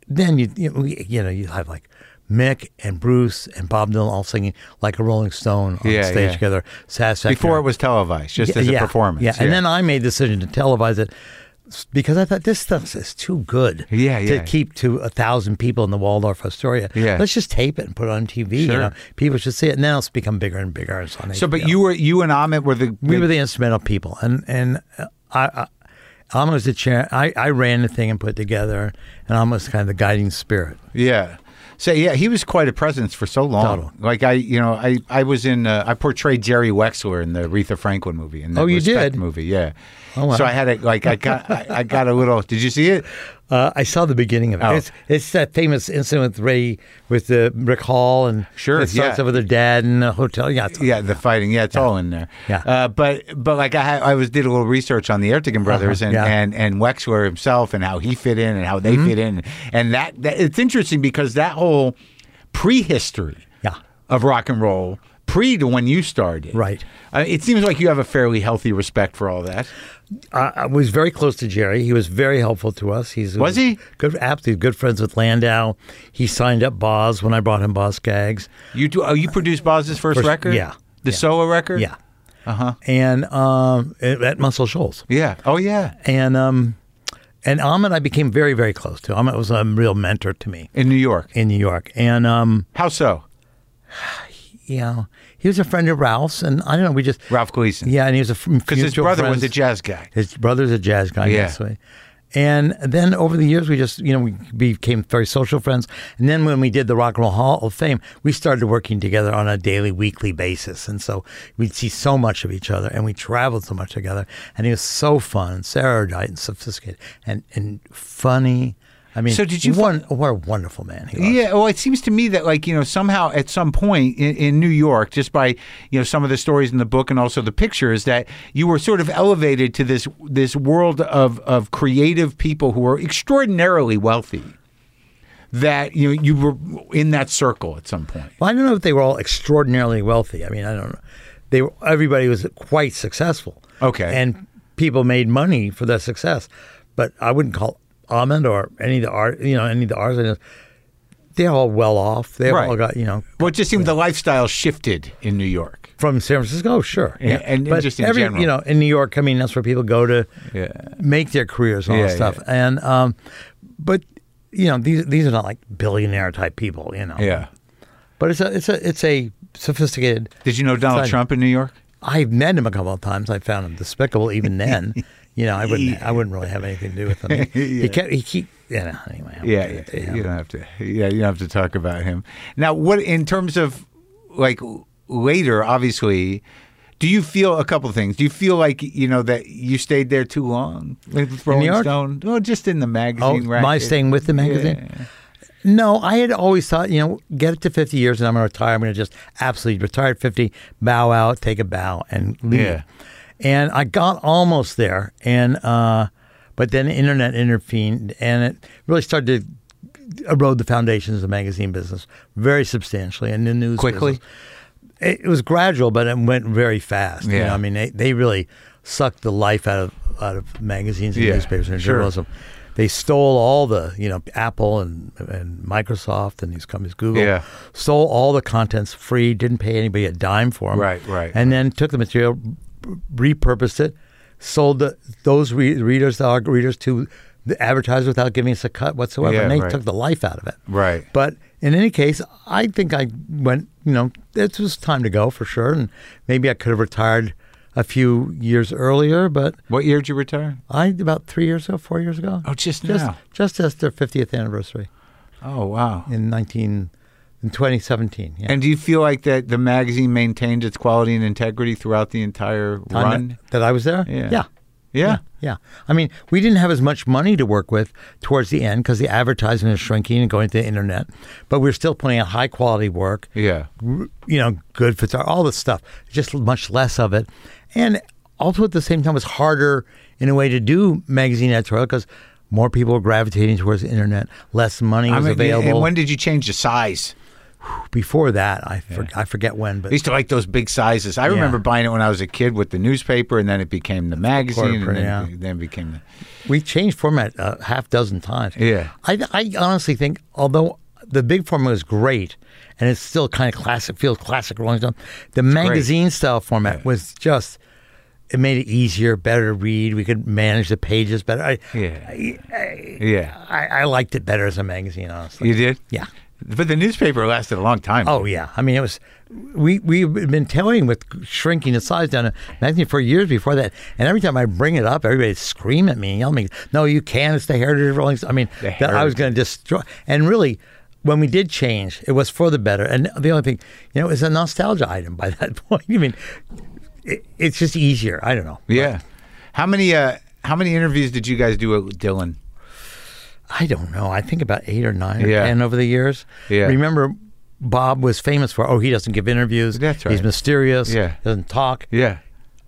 S3: then you you know, we- you know you have like Mick and Bruce and Bob Dylan all singing like a Rolling Stone on
S1: Yeah,
S3: stage
S1: yeah.
S3: together. Satisfaction
S1: before it was televised, just
S3: yeah,
S1: as a
S3: yeah,
S1: performance.
S3: Yeah. and then I made the decision to televise it s- because I thought this stuff is too good
S1: Yeah,
S3: to
S1: yeah.
S3: keep to a thousand people in the Waldorf Astoria.
S1: Yeah.
S3: Let's just tape it and put it on TV.
S1: Sure.
S3: You know? People should see it. And then it's become bigger and bigger. It's on
S1: So, but
S3: HBO.
S1: you were you and Amit were the
S3: We were the instrumental people, and and uh, I, I Alma was the chair. I, I ran the thing and put it together, and Alma was kind of the guiding spirit.
S1: Yeah. So yeah, he was quite a presence for so long.
S3: Total.
S1: Like I, you know, I I was in uh, I portrayed Jerry Wexler in the Aretha Franklin movie in the
S3: Oh, you
S1: Respect
S3: did?
S1: movie. Yeah.
S3: Oh, wow.
S1: So I had it like I got I, I got a little. Did you see it?
S3: Uh, I saw the beginning of it.
S1: Oh.
S3: It's, it's that famous incident with Ray with the Rick Hall and
S1: Sure,
S3: It starts
S1: yeah.
S3: over their dad in a hotel. Yeah, it's-
S1: Yeah, the fighting. Yeah, it's all in there.
S3: Yeah.
S1: Uh, but but like I had- I was did a little research on the Ertegun brothers
S3: Uh-huh,
S1: and,
S3: yeah.
S1: and
S3: Mm-hmm.
S1: and Wexler himself and how he fit in and how they fit in and that, that it's interesting because that whole prehistory
S3: Yeah.
S1: of rock and roll pre to when you started
S3: Right.
S1: Uh, it seems like you have a fairly healthy respect for all that.
S3: I, I was very close to Jerry. He was very helpful to us. He's
S1: Was he?
S3: good? Absolutely good friends with Landau. He signed up Boz when I brought him Boz Gags.
S1: You do. Oh, you produced Boz's first,
S3: First-
S1: record.
S3: yeah,
S1: The
S3: yeah.
S1: solo record.
S3: Yeah, uh
S1: Uh-huh.
S3: huh. And um, at at Muscle Shoals.
S1: Yeah. Oh yeah.
S3: and um, and Ahmed I became very very close to. Ahmed was a real mentor to me
S1: In New York.
S3: in New York, and um,
S1: How so?
S3: you know he was a friend of Ralph's, and I don't know we just
S1: Ralph Gleason.
S3: yeah, and he was a because
S1: Because his brother was a jazz guy.
S3: His brother's a jazz guy,
S1: Yeah.
S3: yes. we- And then over the years, we just, you know, we became very social friends. And then when we did the Rock and Roll Hall of Fame, we started working together on a daily, weekly basis. And so we'd see so much of each other and we traveled so much together. And he was so fun, and erudite and sophisticated and, and funny. I mean,
S1: So did you fi-
S3: One, what a wonderful man he was.
S1: Yeah, well, it seems to me that like you know somehow at some point in, in New York, just by you know some of the stories in the book and also the pictures, that you were sort of elevated to this this world of of creative people who were extraordinarily wealthy. That you know you were in that circle at some point.
S3: Well, I don't know if they were all extraordinarily wealthy. I mean, I don't know. They were, everybody was quite successful.
S1: Okay.
S3: And people made money for their success. But I wouldn't call Almond or any of the art, you know, any of the artists. They're all well off. They've
S1: Right.
S3: all got, you know,
S1: Well, it just seemed the lifestyle shifted in New York.
S3: from San Francisco, sure.
S1: Yeah, and- and
S3: but
S1: just in
S3: every,
S1: general.
S3: You know, in New York, I mean, that's where people go to
S1: Yeah.
S3: make their careers and all that
S1: Yeah,
S3: stuff. And, um, but, you know, these these are not like billionaire type people, you know. But it's a it's a it's a sophisticated
S1: Did you know Donald
S3: Fine.
S1: Trump in New York?
S3: I've met him a couple of times. I found him despicable even then. you know, I wouldn't I wouldn't really have anything to do with him. He kept he keep you know, anyway. I'm
S1: Yeah,
S3: good at
S1: yeah,
S3: him.
S1: you don't have to. Yeah, you don't have to talk about him. Now, what in terms of like l- later? Obviously, do you feel a couple of things? Do you feel like you know that you stayed there too long? Like with Rolling
S3: York?
S1: Stone? Oh, just in the
S3: Oh,
S1: magazine.
S3: my
S1: racket?
S3: staying with the magazine?
S1: Yeah.
S3: No, I had always thought, you know, get it to 50 years and I'm going to retire. I'm going to just absolutely retire at 50, bow out, take a bow, and leave.
S1: Yeah.
S3: And I got almost there, and uh, but then the internet intervened, and it really started to erode the foundations of the magazine business very substantially, and the news
S1: Quickly?
S3: business. It, it was gradual, but it went very fast. You
S1: Yeah.
S3: know, I mean, they, they really sucked the life out of out of magazines and
S1: Yeah,
S3: newspapers and
S1: sure.
S3: journalism. They stole all the, you know, Apple and, and Microsoft and these companies, Google,
S1: Yeah.
S3: stole all the contents free, didn't pay anybody a dime for them.
S1: Right, right,
S3: And then took the material, b- repurposed it, sold the, those re- readers, the arg- readers to the advertisers without giving us a cut whatsoever.
S1: Yeah,
S3: and they
S1: right.
S3: took the life out of it.
S1: Right.
S3: But in any case, I think I went, you know, it was time to go for sure. And maybe I could have retired a few years earlier, but
S1: What year did you retire?
S3: I about three years ago, four years ago.
S1: Oh, just
S3: just
S1: now.
S3: just as their fiftieth anniversary
S1: Oh, wow.
S3: in nineteen in twenty seventeen. Yeah.
S1: And do you feel like that the magazine maintained its quality and integrity throughout the entire
S3: Time
S1: run?
S3: that, that I was there.
S1: Yeah.
S3: yeah.
S1: Yeah.
S3: Yeah. I mean, we didn't have as much money to work with towards the end because the advertising is shrinking and going to the internet, but we're still putting out high quality work.
S1: Yeah.
S3: r- you know, good for all this stuff, just much less of it. And also at the same time, it's harder in a way to do magazine editorial because more people are gravitating towards the internet, less money
S1: I
S3: was
S1: mean, and
S3: available.
S1: when did you change the size?
S3: Before that, I, for, I forget when, but
S1: I used to like those big sizes. I remember buying it when I was a kid with the newspaper, and then it became the magazine,
S3: print,
S1: and then,
S3: yeah.
S1: then became the.
S3: we changed format a half dozen times.
S1: Yeah.
S3: I, I honestly think, although the big format was great, and it's still kind of classic, feels classic Rolling Stone, the magazine style format was just. it made it easier, better to read. We could manage the pages better. I,
S1: Yeah.
S3: I, I,
S1: Yeah.
S3: I, I liked it better as a magazine, honestly.
S1: You did?
S3: Yeah.
S1: But the newspaper lasted a long time.
S3: Oh yeah, I mean it was. We we've been toying with shrinking the size down. to Magazine for years before that, and every time I bring it up, everybody scream at me, and yell at me. No, you can't. It's the heritage of Rolling. Stone." I mean,
S1: The
S3: that I was going to destroy. And really, when we did change, it was for the better. And the only thing, you know, is a nostalgia item by that point. I mean, it, it's just easier. I don't know.
S1: Yeah. How many uh how many interviews did you guys do with Dylan?
S3: I don't know. I think about eight or nine or
S1: Yeah.
S3: ten over the years.
S1: Yeah.
S3: Remember, Bob was famous for, oh, he doesn't give interviews.
S1: That's right.
S3: He's mysterious.
S1: Yeah.
S3: Doesn't talk.
S1: Yeah.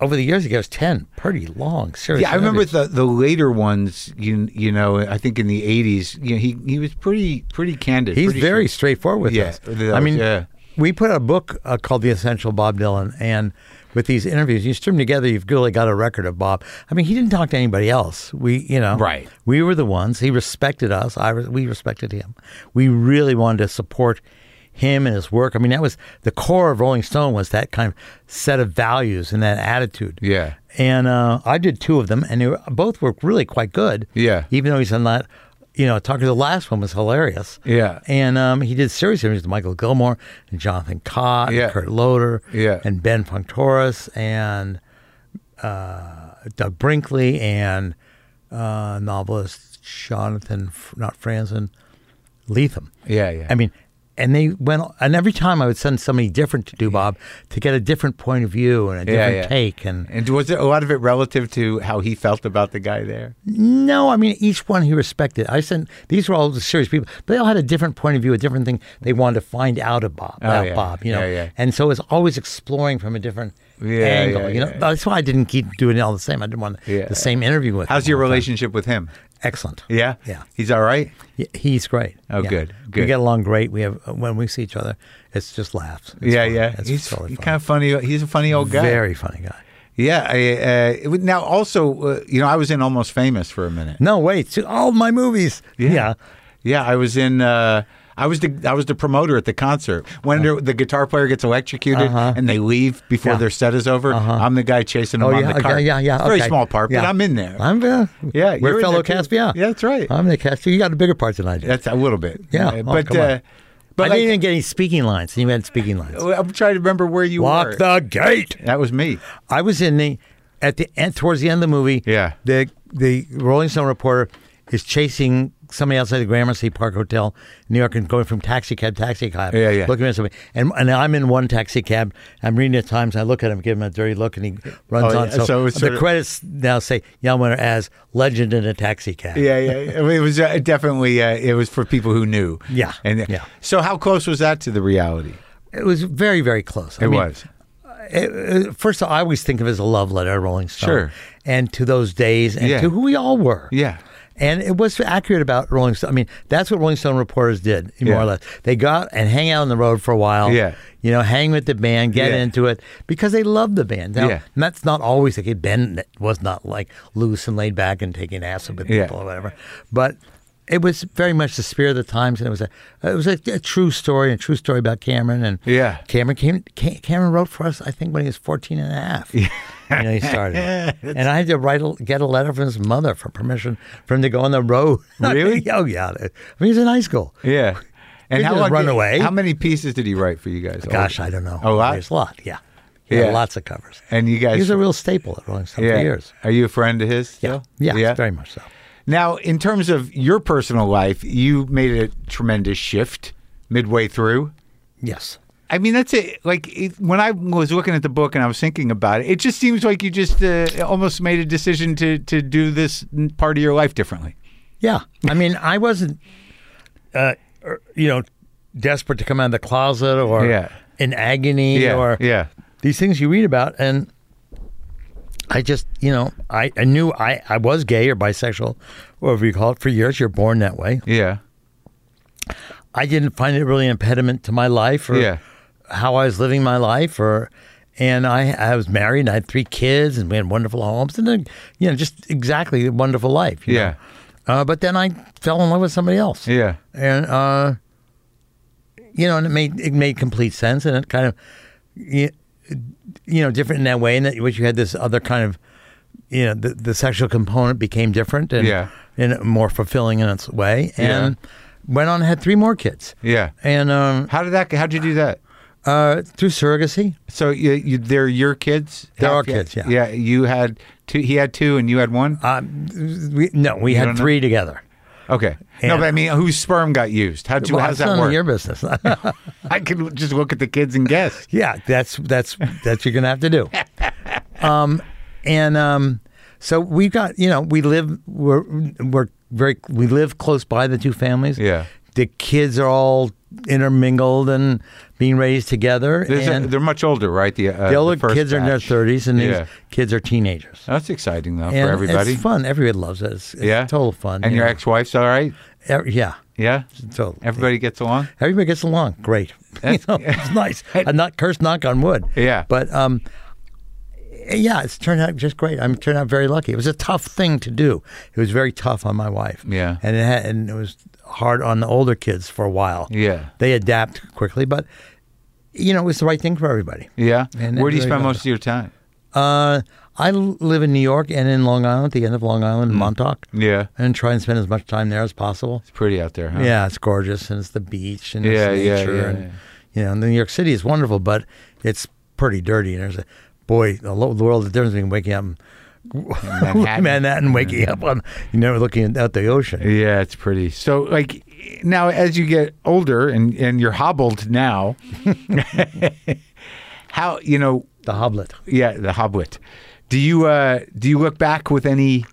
S3: Over the years, he gives ten pretty long, serious.
S1: Yeah, I remember
S3: interviews.
S1: the the later ones. You you know, I think in the eighties, you know, he he was pretty pretty candid.
S3: He's
S1: pretty
S3: very
S1: sure.
S3: straightforward with
S1: Yeah,
S3: us.
S1: that
S3: I mean,
S1: was- yeah.
S3: we put out a book uh, called "The Essential Bob Dylan," and with these interviews, you string them together, you've really got a record of Bob. I mean, he didn't talk to anybody else. We, you know,
S1: Right.
S3: We were the ones. He respected us. I re- we respected him. We really wanted to support him and his work. I mean, that was the core of Rolling Stone was that kind of set of values and that attitude.
S1: Yeah.
S3: And uh, I did two of them, and they were, both were really quite good.
S1: Yeah.
S3: Even though he's on that, you know, talking the last one was hilarious.
S1: Yeah.
S3: And um, he did series interviews with Michael Gilmore and Jonathan Cott
S1: Yeah.
S3: and Kurt Loder
S1: Yeah.
S3: and Ben Functoris and uh, Doug Brinkley and uh, novelist Jonathan, F- not Franzen, Leatham.
S1: Yeah, yeah.
S3: I mean, and they went, and every time I would send somebody different to do Bob to get a different point of view and a
S1: Yeah,
S3: different
S1: yeah.
S3: take. And
S1: And was it a lot of it relative to how he felt about the guy there?
S3: No, I mean each one he respected. I sent these were all the serious people, but they all had a different point of view, a different thing they wanted to find out about, about
S1: Oh, yeah.
S3: Bob, you know.
S1: Yeah, yeah.
S3: And so it's always exploring from a different
S1: Yeah,
S3: angle.
S1: yeah,
S3: you know,
S1: yeah.
S3: that's why I didn't keep doing it all the same. I didn't want
S1: Yeah.
S3: the same interview with.
S1: How's
S3: him
S1: your
S3: all the time.
S1: relationship with him?
S3: Excellent.
S1: Yeah,
S3: Yeah.
S1: He's all right.
S3: Y- He's great.
S1: Oh,
S3: Yeah.
S1: good,
S3: We
S1: good.
S3: get along great. We have when we see each other, it's just laughs. It's
S1: yeah,
S3: fun.
S1: yeah.
S3: It's
S1: he's
S3: totally
S1: he's
S3: fun.
S1: kind of funny. He's a funny old guy.
S3: very funny guy.
S1: Yeah. I, uh, it would- now, also, uh, you know, I was in Almost Famous for a minute.
S3: No, wait, to all my movies. yeah.
S1: Yeah, I was in. Uh, I was the I was the promoter at the concert when the- the guitar player gets electrocuted and they leave before
S3: Uh-huh. Yeah. Uh-huh.
S1: their set is over. I'm the guy chasing them
S3: Oh
S1: on
S3: yeah,
S1: the cart.
S3: okay, yeah, yeah.
S1: It's a very
S3: okay.
S1: small part, but
S3: Yeah.
S1: I'm in there.
S3: I'm uh,
S1: Yeah, you're
S3: We're
S1: in
S3: fellow
S1: there,
S3: cast.
S1: too.
S3: Yeah,
S1: Yeah, that's right.
S3: I'm the cast. You got a bigger part than I did.
S1: That's a little bit.
S3: Yeah,
S1: Uh,
S3: oh,
S1: but
S3: come on.
S1: uh, but
S3: I
S1: like,
S3: didn't even get any speaking lines. You had speaking lines.
S1: I'm trying to remember where you were.
S3: Lock the gate.
S1: that was me.
S3: I was in the at the end towards the end of the movie.
S1: Yeah.
S3: the the Rolling Stone reporter is chasing somebody outside the Gramercy Park Hotel, in New York, and going from taxi cab to taxi cab.
S1: Yeah, yeah.
S3: Looking at somebody, and and I'm in one taxi cab. I'm reading the Times. I look at him, give him a dirty look, and he runs
S1: Oh,
S3: on.
S1: yeah, so it was
S3: the
S1: sort of-
S3: credits now say Jan Winter as legend in a taxi cab.
S1: Yeah, yeah. I mean, it was uh, definitely uh, it was for people who knew.
S3: Yeah,
S1: and uh,
S3: yeah.
S1: So how close was that to the reality?
S3: It was very very close. I
S1: It
S3: mean,
S1: was.
S3: it- it- first of all, I always think of it as a love letter to Rolling Stone.
S1: Sure.
S3: And to those days and
S1: Yeah.
S3: to who we all were.
S1: Yeah.
S3: And it was accurate about Rolling Stone. I mean, that's what Rolling Stone reporters did, more
S1: Yeah.
S3: or less. They go out and hang out on the road for a while.
S1: Yeah.
S3: You know, hang with the band, get
S1: Yeah.
S3: into it, because they loved the band. Now,
S1: Yeah.
S3: and that's not always the case. Ben was not like loose and laid back and taking acid with
S1: Yeah.
S3: people or whatever. But it was very much the spirit of the times, and it was a it was a, a true story, a true story about Cameron and
S1: Yeah.
S3: Cameron came. Ca- Cameron wrote for us, I think, when he was 14 and a half. Yeah. You know, he started. and I had to write a, get a letter from his mother for permission for him to go on the road.
S1: Really? Oh,
S3: oh, yeah. I mean, he was in high school.
S1: Yeah.
S3: He didn't
S1: did-
S3: run away.
S1: How many pieces did he write for you guys?
S3: Gosh, I don't know.
S1: A lot?
S3: There's a lot, yeah. He had
S1: Yeah.
S3: lots of covers.
S1: And you guys
S3: He was a real staple at Rolling Stone
S1: yeah.
S3: for years.
S1: Are you a friend of his?
S3: Yeah.
S1: Still?
S3: Yeah, very much so.
S1: Now, in terms of your personal life, you made a tremendous shift midway through.
S3: Yes.
S1: I mean, that's it. Like it, when I was looking at the book and I was thinking about it, it just seems like you just uh, almost made a decision to to do this n- part of your life differently.
S3: Yeah. I mean, I wasn't, uh, er, you know, desperate to come out of the closet or
S1: Yeah.
S3: in agony
S1: Yeah,
S3: or
S1: yeah.
S3: these things you read about. And I just, you know, I, I knew I, I was gay or bisexual, whatever you call it, for years. You're born that way.
S1: Yeah.
S3: I didn't find it really an impediment to my life or
S1: Yeah.
S3: how I was living my life or and I I was married and I had three kids and we had wonderful homes and then, you know just exactly a wonderful life. you
S1: Yeah.
S3: know. Uh, but then I fell in love with somebody else.
S1: Yeah.
S3: And uh, you know, and it made it made complete sense and it kind of you, you know, different in that way, in that which you had this other kind of, you know, the, the sexual component became different and
S1: Yeah.
S3: and more fulfilling in its way, and went on and had three more kids.
S1: Yeah.
S3: and um,
S1: How did that? How'd you do that?
S3: uh, through surrogacy,
S1: So you, you, they're your kids.
S3: They're our
S1: Half-
S3: kids, yeah.
S1: Yeah. You had two. He had two, and you had one.
S3: um, we, no, we
S1: don't
S3: had
S1: know?
S3: three together.
S1: Okay. no,
S3: and-
S1: but I mean, whose sperm got used? How'd you?
S3: Well,
S1: how's
S3: that's
S1: that
S3: none of
S1: work?
S3: Your business.
S1: I could just look at the kids and guess.
S3: Yeah, that's that's that's you're gonna have to do. Um, and um, so we've got you know we live we're we're very we live close by the two families.
S1: Yeah.
S3: the kids are all intermingled and being raised together.
S1: There's
S3: and
S1: a, they're much older, right? The, uh,
S3: the older
S1: first
S3: kids are in their
S1: batch.
S3: thirties, and
S1: Yeah.
S3: these kids are teenagers.
S1: That's exciting though
S3: and
S1: for everybody.
S3: it's fun. Everybody loves it. It's, it's
S1: yeah.
S3: total fun.
S1: And
S3: you
S1: your
S3: know.
S1: ex-wife's all right.
S3: Ev- yeah,
S1: Yeah.
S3: totally.
S1: Everybody gets along.
S3: Everybody gets along. Great. you know, it's nice. A not curse knock on wood.
S1: Yeah.
S3: But um yeah, it's turned out just great. I'm turned out very lucky. It was a tough thing to do. It was very tough on my wife.
S1: Yeah.
S3: And it had, and it was hard on the older kids for a while.
S1: Yeah.
S3: They adapt quickly, but you know, it was the right thing for everybody.
S1: Yeah.
S3: And
S1: Where do you
S3: everybody
S1: spend
S3: loves
S1: most of your time?
S3: Uh I l- live in New York and in Long Island, at the end of Long Island,
S1: Mm.
S3: in Montauk.
S1: Yeah.
S3: And try and spend as much time there as possible.
S1: It's pretty out there, huh?
S3: Yeah, it's gorgeous and it's the beach and
S1: Yeah, yeah,
S3: it's nature
S1: yeah,
S3: and
S1: yeah.
S3: you know, and New York City is wonderful, but it's pretty dirty. And there's a boy, the lo- the world the difference between waking up in
S1: Manhattan.
S3: Manhattan, waking up on you know looking out the ocean.
S1: Yeah, it's pretty. So, like now, as you get older and and you're hobbled now, how you know?
S3: The Hoblet.
S1: Yeah, the hobwit. Do you uh do you look back with any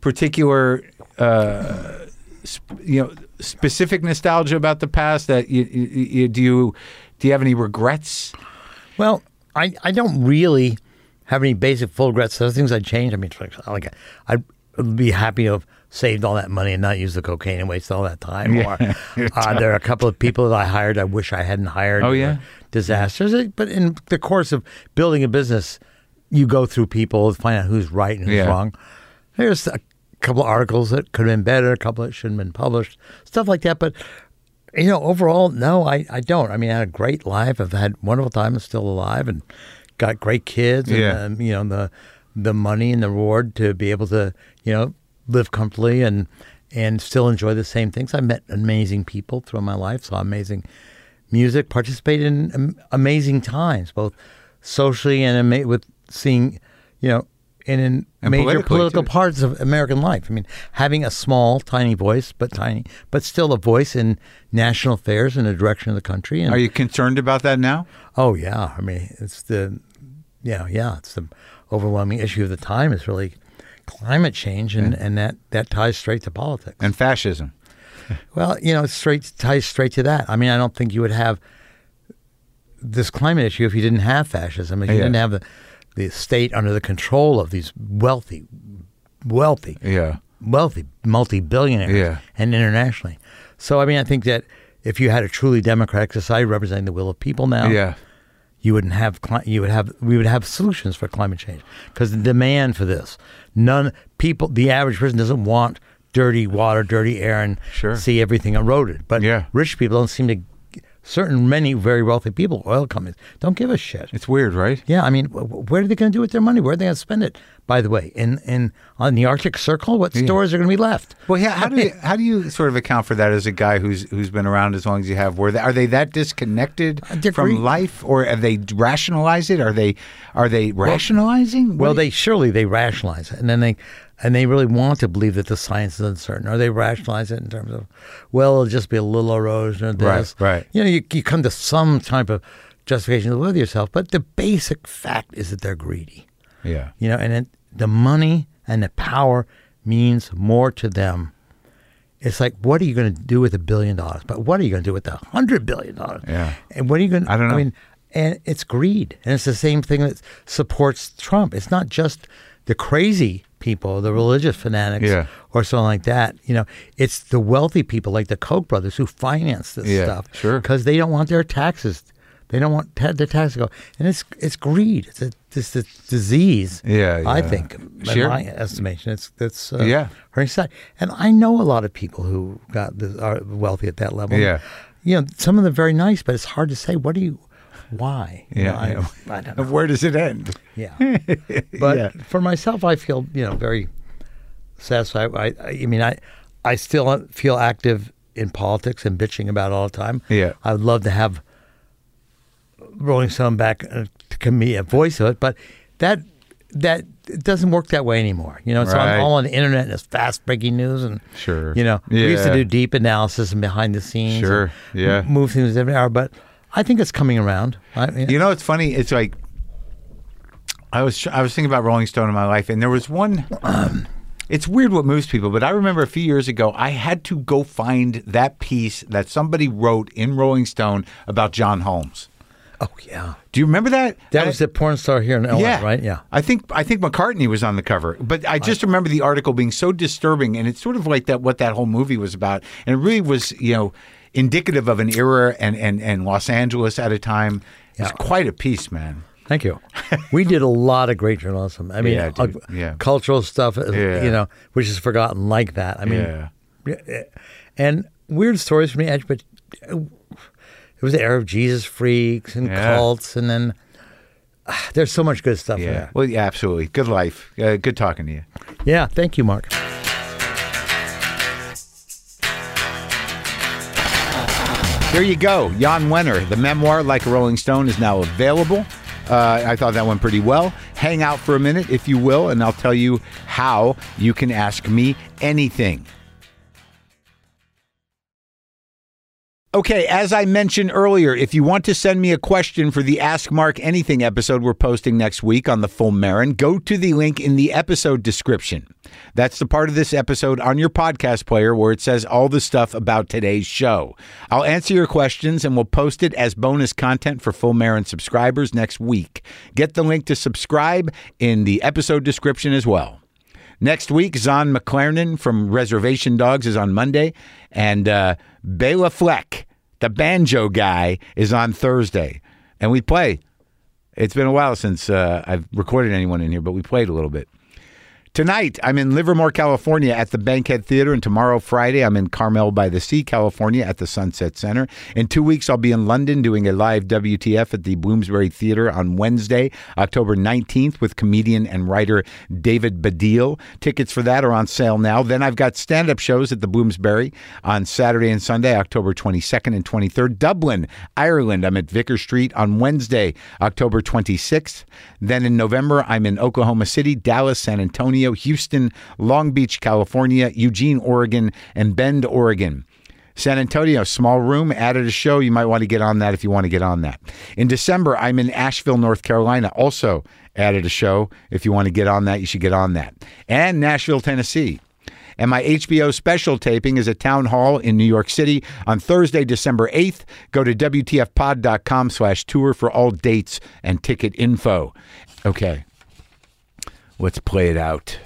S1: particular uh sp- you know specific nostalgia about the past that you, you, you do you do you have any regrets?
S3: Well, I, I don't really have any basic full regrets. There's things I changed. I mean, for example, like I'd be happy to have saved all that money and not used the cocaine and wasted all that time. Or uh, there are a couple of people that I hired I wish I hadn't hired.
S1: Oh,
S3: They
S1: yeah?
S3: were disasters. It- But in the course of building a business, you go through people to find out who's right and who's
S1: Yeah.
S3: wrong. There's a couple of articles that could have been better, a couple that shouldn't have been published, stuff like that. But you know, overall, no, I, I don't. I mean, I had a great life. I've had a wonderful time. I'm still alive and got great kids. And,
S1: Yeah.
S3: um, you know, the the money and the reward to be able to, you know, live comfortably and and still enjoy the same things. I met amazing people throughout my life, saw amazing music, participated in am- amazing times, both socially and ama- with seeing, you know, and in
S1: And
S3: major
S1: politically,
S3: political
S1: too.
S3: parts of American life. I mean, having a small, tiny voice, but tiny, but still a voice in national affairs and the direction of the country. And
S1: Are you concerned about that now?
S3: oh yeah, I mean, it's the yeah, yeah, it's the overwhelming issue of the time. Is really climate change, and, and that that ties straight to politics.
S1: And fascism.
S3: Well, you know, it straight ties straight to that. I mean, I don't think you would have this climate issue if you didn't have fascism. If you
S1: Yeah.
S3: didn't have the, the state under the control of these wealthy, wealthy,
S1: Yeah.
S3: wealthy multi-billionaires,
S1: Yeah.
S3: and internationally. So, I mean, I think that if you had a truly democratic society representing the will of people now,
S1: Yeah.
S3: you wouldn't have cli- you would have we would have solutions for climate change because the demand for this none people the average person doesn't want dirty water dirty air and
S1: Sure.
S3: see everything eroded but
S1: Yeah.
S3: rich people don't seem to certain many very wealthy people oil companies don't give a shit
S1: It's weird, right?
S3: yeah i mean wh- wh- what are they going to do with their money where are they going to spend it by the way in in on the arctic circle what stores are going to be left
S1: Well, yeah. How do you, how do you sort of account for that as a guy who's who's been around as long as you have? Were they, are they that disconnected
S3: degree.
S1: from life, or have they rationalize it? Are they are they rationalizing?
S3: Well,
S1: What do
S3: they surely they rationalize it, and then they and they really want to believe that the science is uncertain, or they rationalize it in terms of, well, it'll just be a little erosion or this.
S1: Right, right.
S3: You know, you, you come to some type of justification with yourself, but the basic fact is that they're greedy.
S1: you- yeah,
S3: You know, and it, the money and the power means more to them. It's like, what are you going to do with a billion dollars? But what are you going to do with a hundred billion dollars?
S1: Yeah.
S3: And what are you going?
S1: I don't know.
S3: I mean, and it's greed, and it's the same thing that supports Trump. It's not just the crazy people, the religious fanatics,
S1: Yeah.
S3: or something like that. You know, it's the wealthy people, like the Koch brothers, who finance this
S1: Yeah,
S3: stuff.
S1: sure.
S3: Because they don't want their taxes. They don't want ta- their taxes to go. And it's it's greed. It's a this, this disease.
S1: Yeah,
S3: I
S1: yeah.
S3: think,
S1: Sure.
S3: in my estimation, it's that's uh,
S1: Yeah.
S3: hurting society. And I know a lot of people who got this, are wealthy at that level.
S1: Yeah.
S3: you know, some of them very nice, but it's hard to say what do you. why? You
S1: Yeah,
S3: know, I,
S1: yeah.
S3: I don't know.
S1: Where does it end?
S3: Yeah. But
S1: Yeah.
S3: for myself, I feel you know very satisfied. I, I, I mean, I, I still feel active in politics and bitching about it all the time.
S1: Yeah.
S3: I would love to have Rolling Stone back uh, to give me a voice of it, but that that it doesn't work that way anymore. You know, it's
S1: Right.
S3: on, all on the internet and it's fast breaking news and
S1: Sure.
S3: You know, we used to
S1: Yeah.
S3: do deep analysis and behind the scenes. and
S1: Sure. Yeah.
S3: m- move things every hour, but I think it's coming around. I,
S1: You know, it's funny. It's like I was I was thinking about Rolling Stone in my life, and there was one. um, it's weird what moves people, but I remember a few years ago I had to go find that piece that somebody wrote in Rolling Stone about John Holmes.
S3: oh yeah.
S1: Do you remember that?
S3: That
S1: I-
S3: was the porn star here in LA, right? Yeah.
S1: I think I think McCartney was on the cover, but I just remember the article being so disturbing, and it's sort of like that what that whole movie was about, and it really was you know indicative of an era and and and Los Angeles at a time. It's
S3: Yeah.
S1: quite a piece, man.
S3: Thank you. We did a lot of great journalism. I mean,
S1: Yeah, dude.
S3: uh,
S1: Yeah.
S3: cultural stuff, uh,
S1: Yeah.
S3: you know, which is forgotten like that. I mean,
S1: Yeah.
S3: yeah, and weird stories from the edge, but uh, it was the era of Jesus freaks and
S1: Yeah.
S3: cults, and then ah, there's so much good stuff in
S1: Yeah.
S3: there.
S1: Well, yeah, absolutely. Good life. Uh, good talking to you.
S3: Yeah. Thank you, Mark.
S1: There you go. Jan Wenner, the memoir Like a Rolling Stone is now available. Uh, I thought that went pretty well. Hang out for a minute, if you will, and I'll tell you how you can ask me anything. Okay, as I mentioned earlier, if you want to send me a question for the Ask Mark Anything episode we're posting next week on the Full Marin, go to the link in the episode description. That's the part of this episode on your podcast player where it says all the stuff about today's show. I'll answer your questions and we'll post it as bonus content for Full Marin subscribers next week. Get the link to subscribe in the episode description as well. Next week, Zon McLernan from Reservation Dogs is on Monday, and uh, Bela Fleck, the banjo guy, is on Thursday. And we play. It's been a while since uh, I've recorded anyone in here, but we played a little bit. Tonight, I'm in Livermore, California at the Bankhead Theater, and tomorrow, Friday, I'm in Carmel by the Sea, California at the Sunset Center. In two weeks, I'll be in London doing a live WTF at the Bloomsbury Theater on Wednesday, October 19th, with comedian and writer David Badil. Tickets for that are on sale now. Then I've got stand up shows at the Bloomsbury on Saturday and Sunday, October 22nd and 23rd. Dublin, Ireland, I'm at Vickers Street on Wednesday, October 26th. Then in November, I'm in Oklahoma City, Dallas, San Antonio, Houston, Long Beach, California, Eugene, Oregon, and Bend, Oregon. San Antonio, small room, added a show. You might want to get on that if you want to get on that. In December, I'm in Asheville, North Carolina, also added a show. If you want to get on that, you should get on that. And Nashville, Tennessee. And my HBO special taping is at Town Hall in New York City on Thursday, December 8th. Go to WTFpod.com slash tour for all dates and ticket info. Okay. Let's play it out.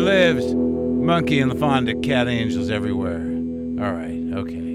S1: lives monkey in the pond of cat angels everywhere. All right, okay.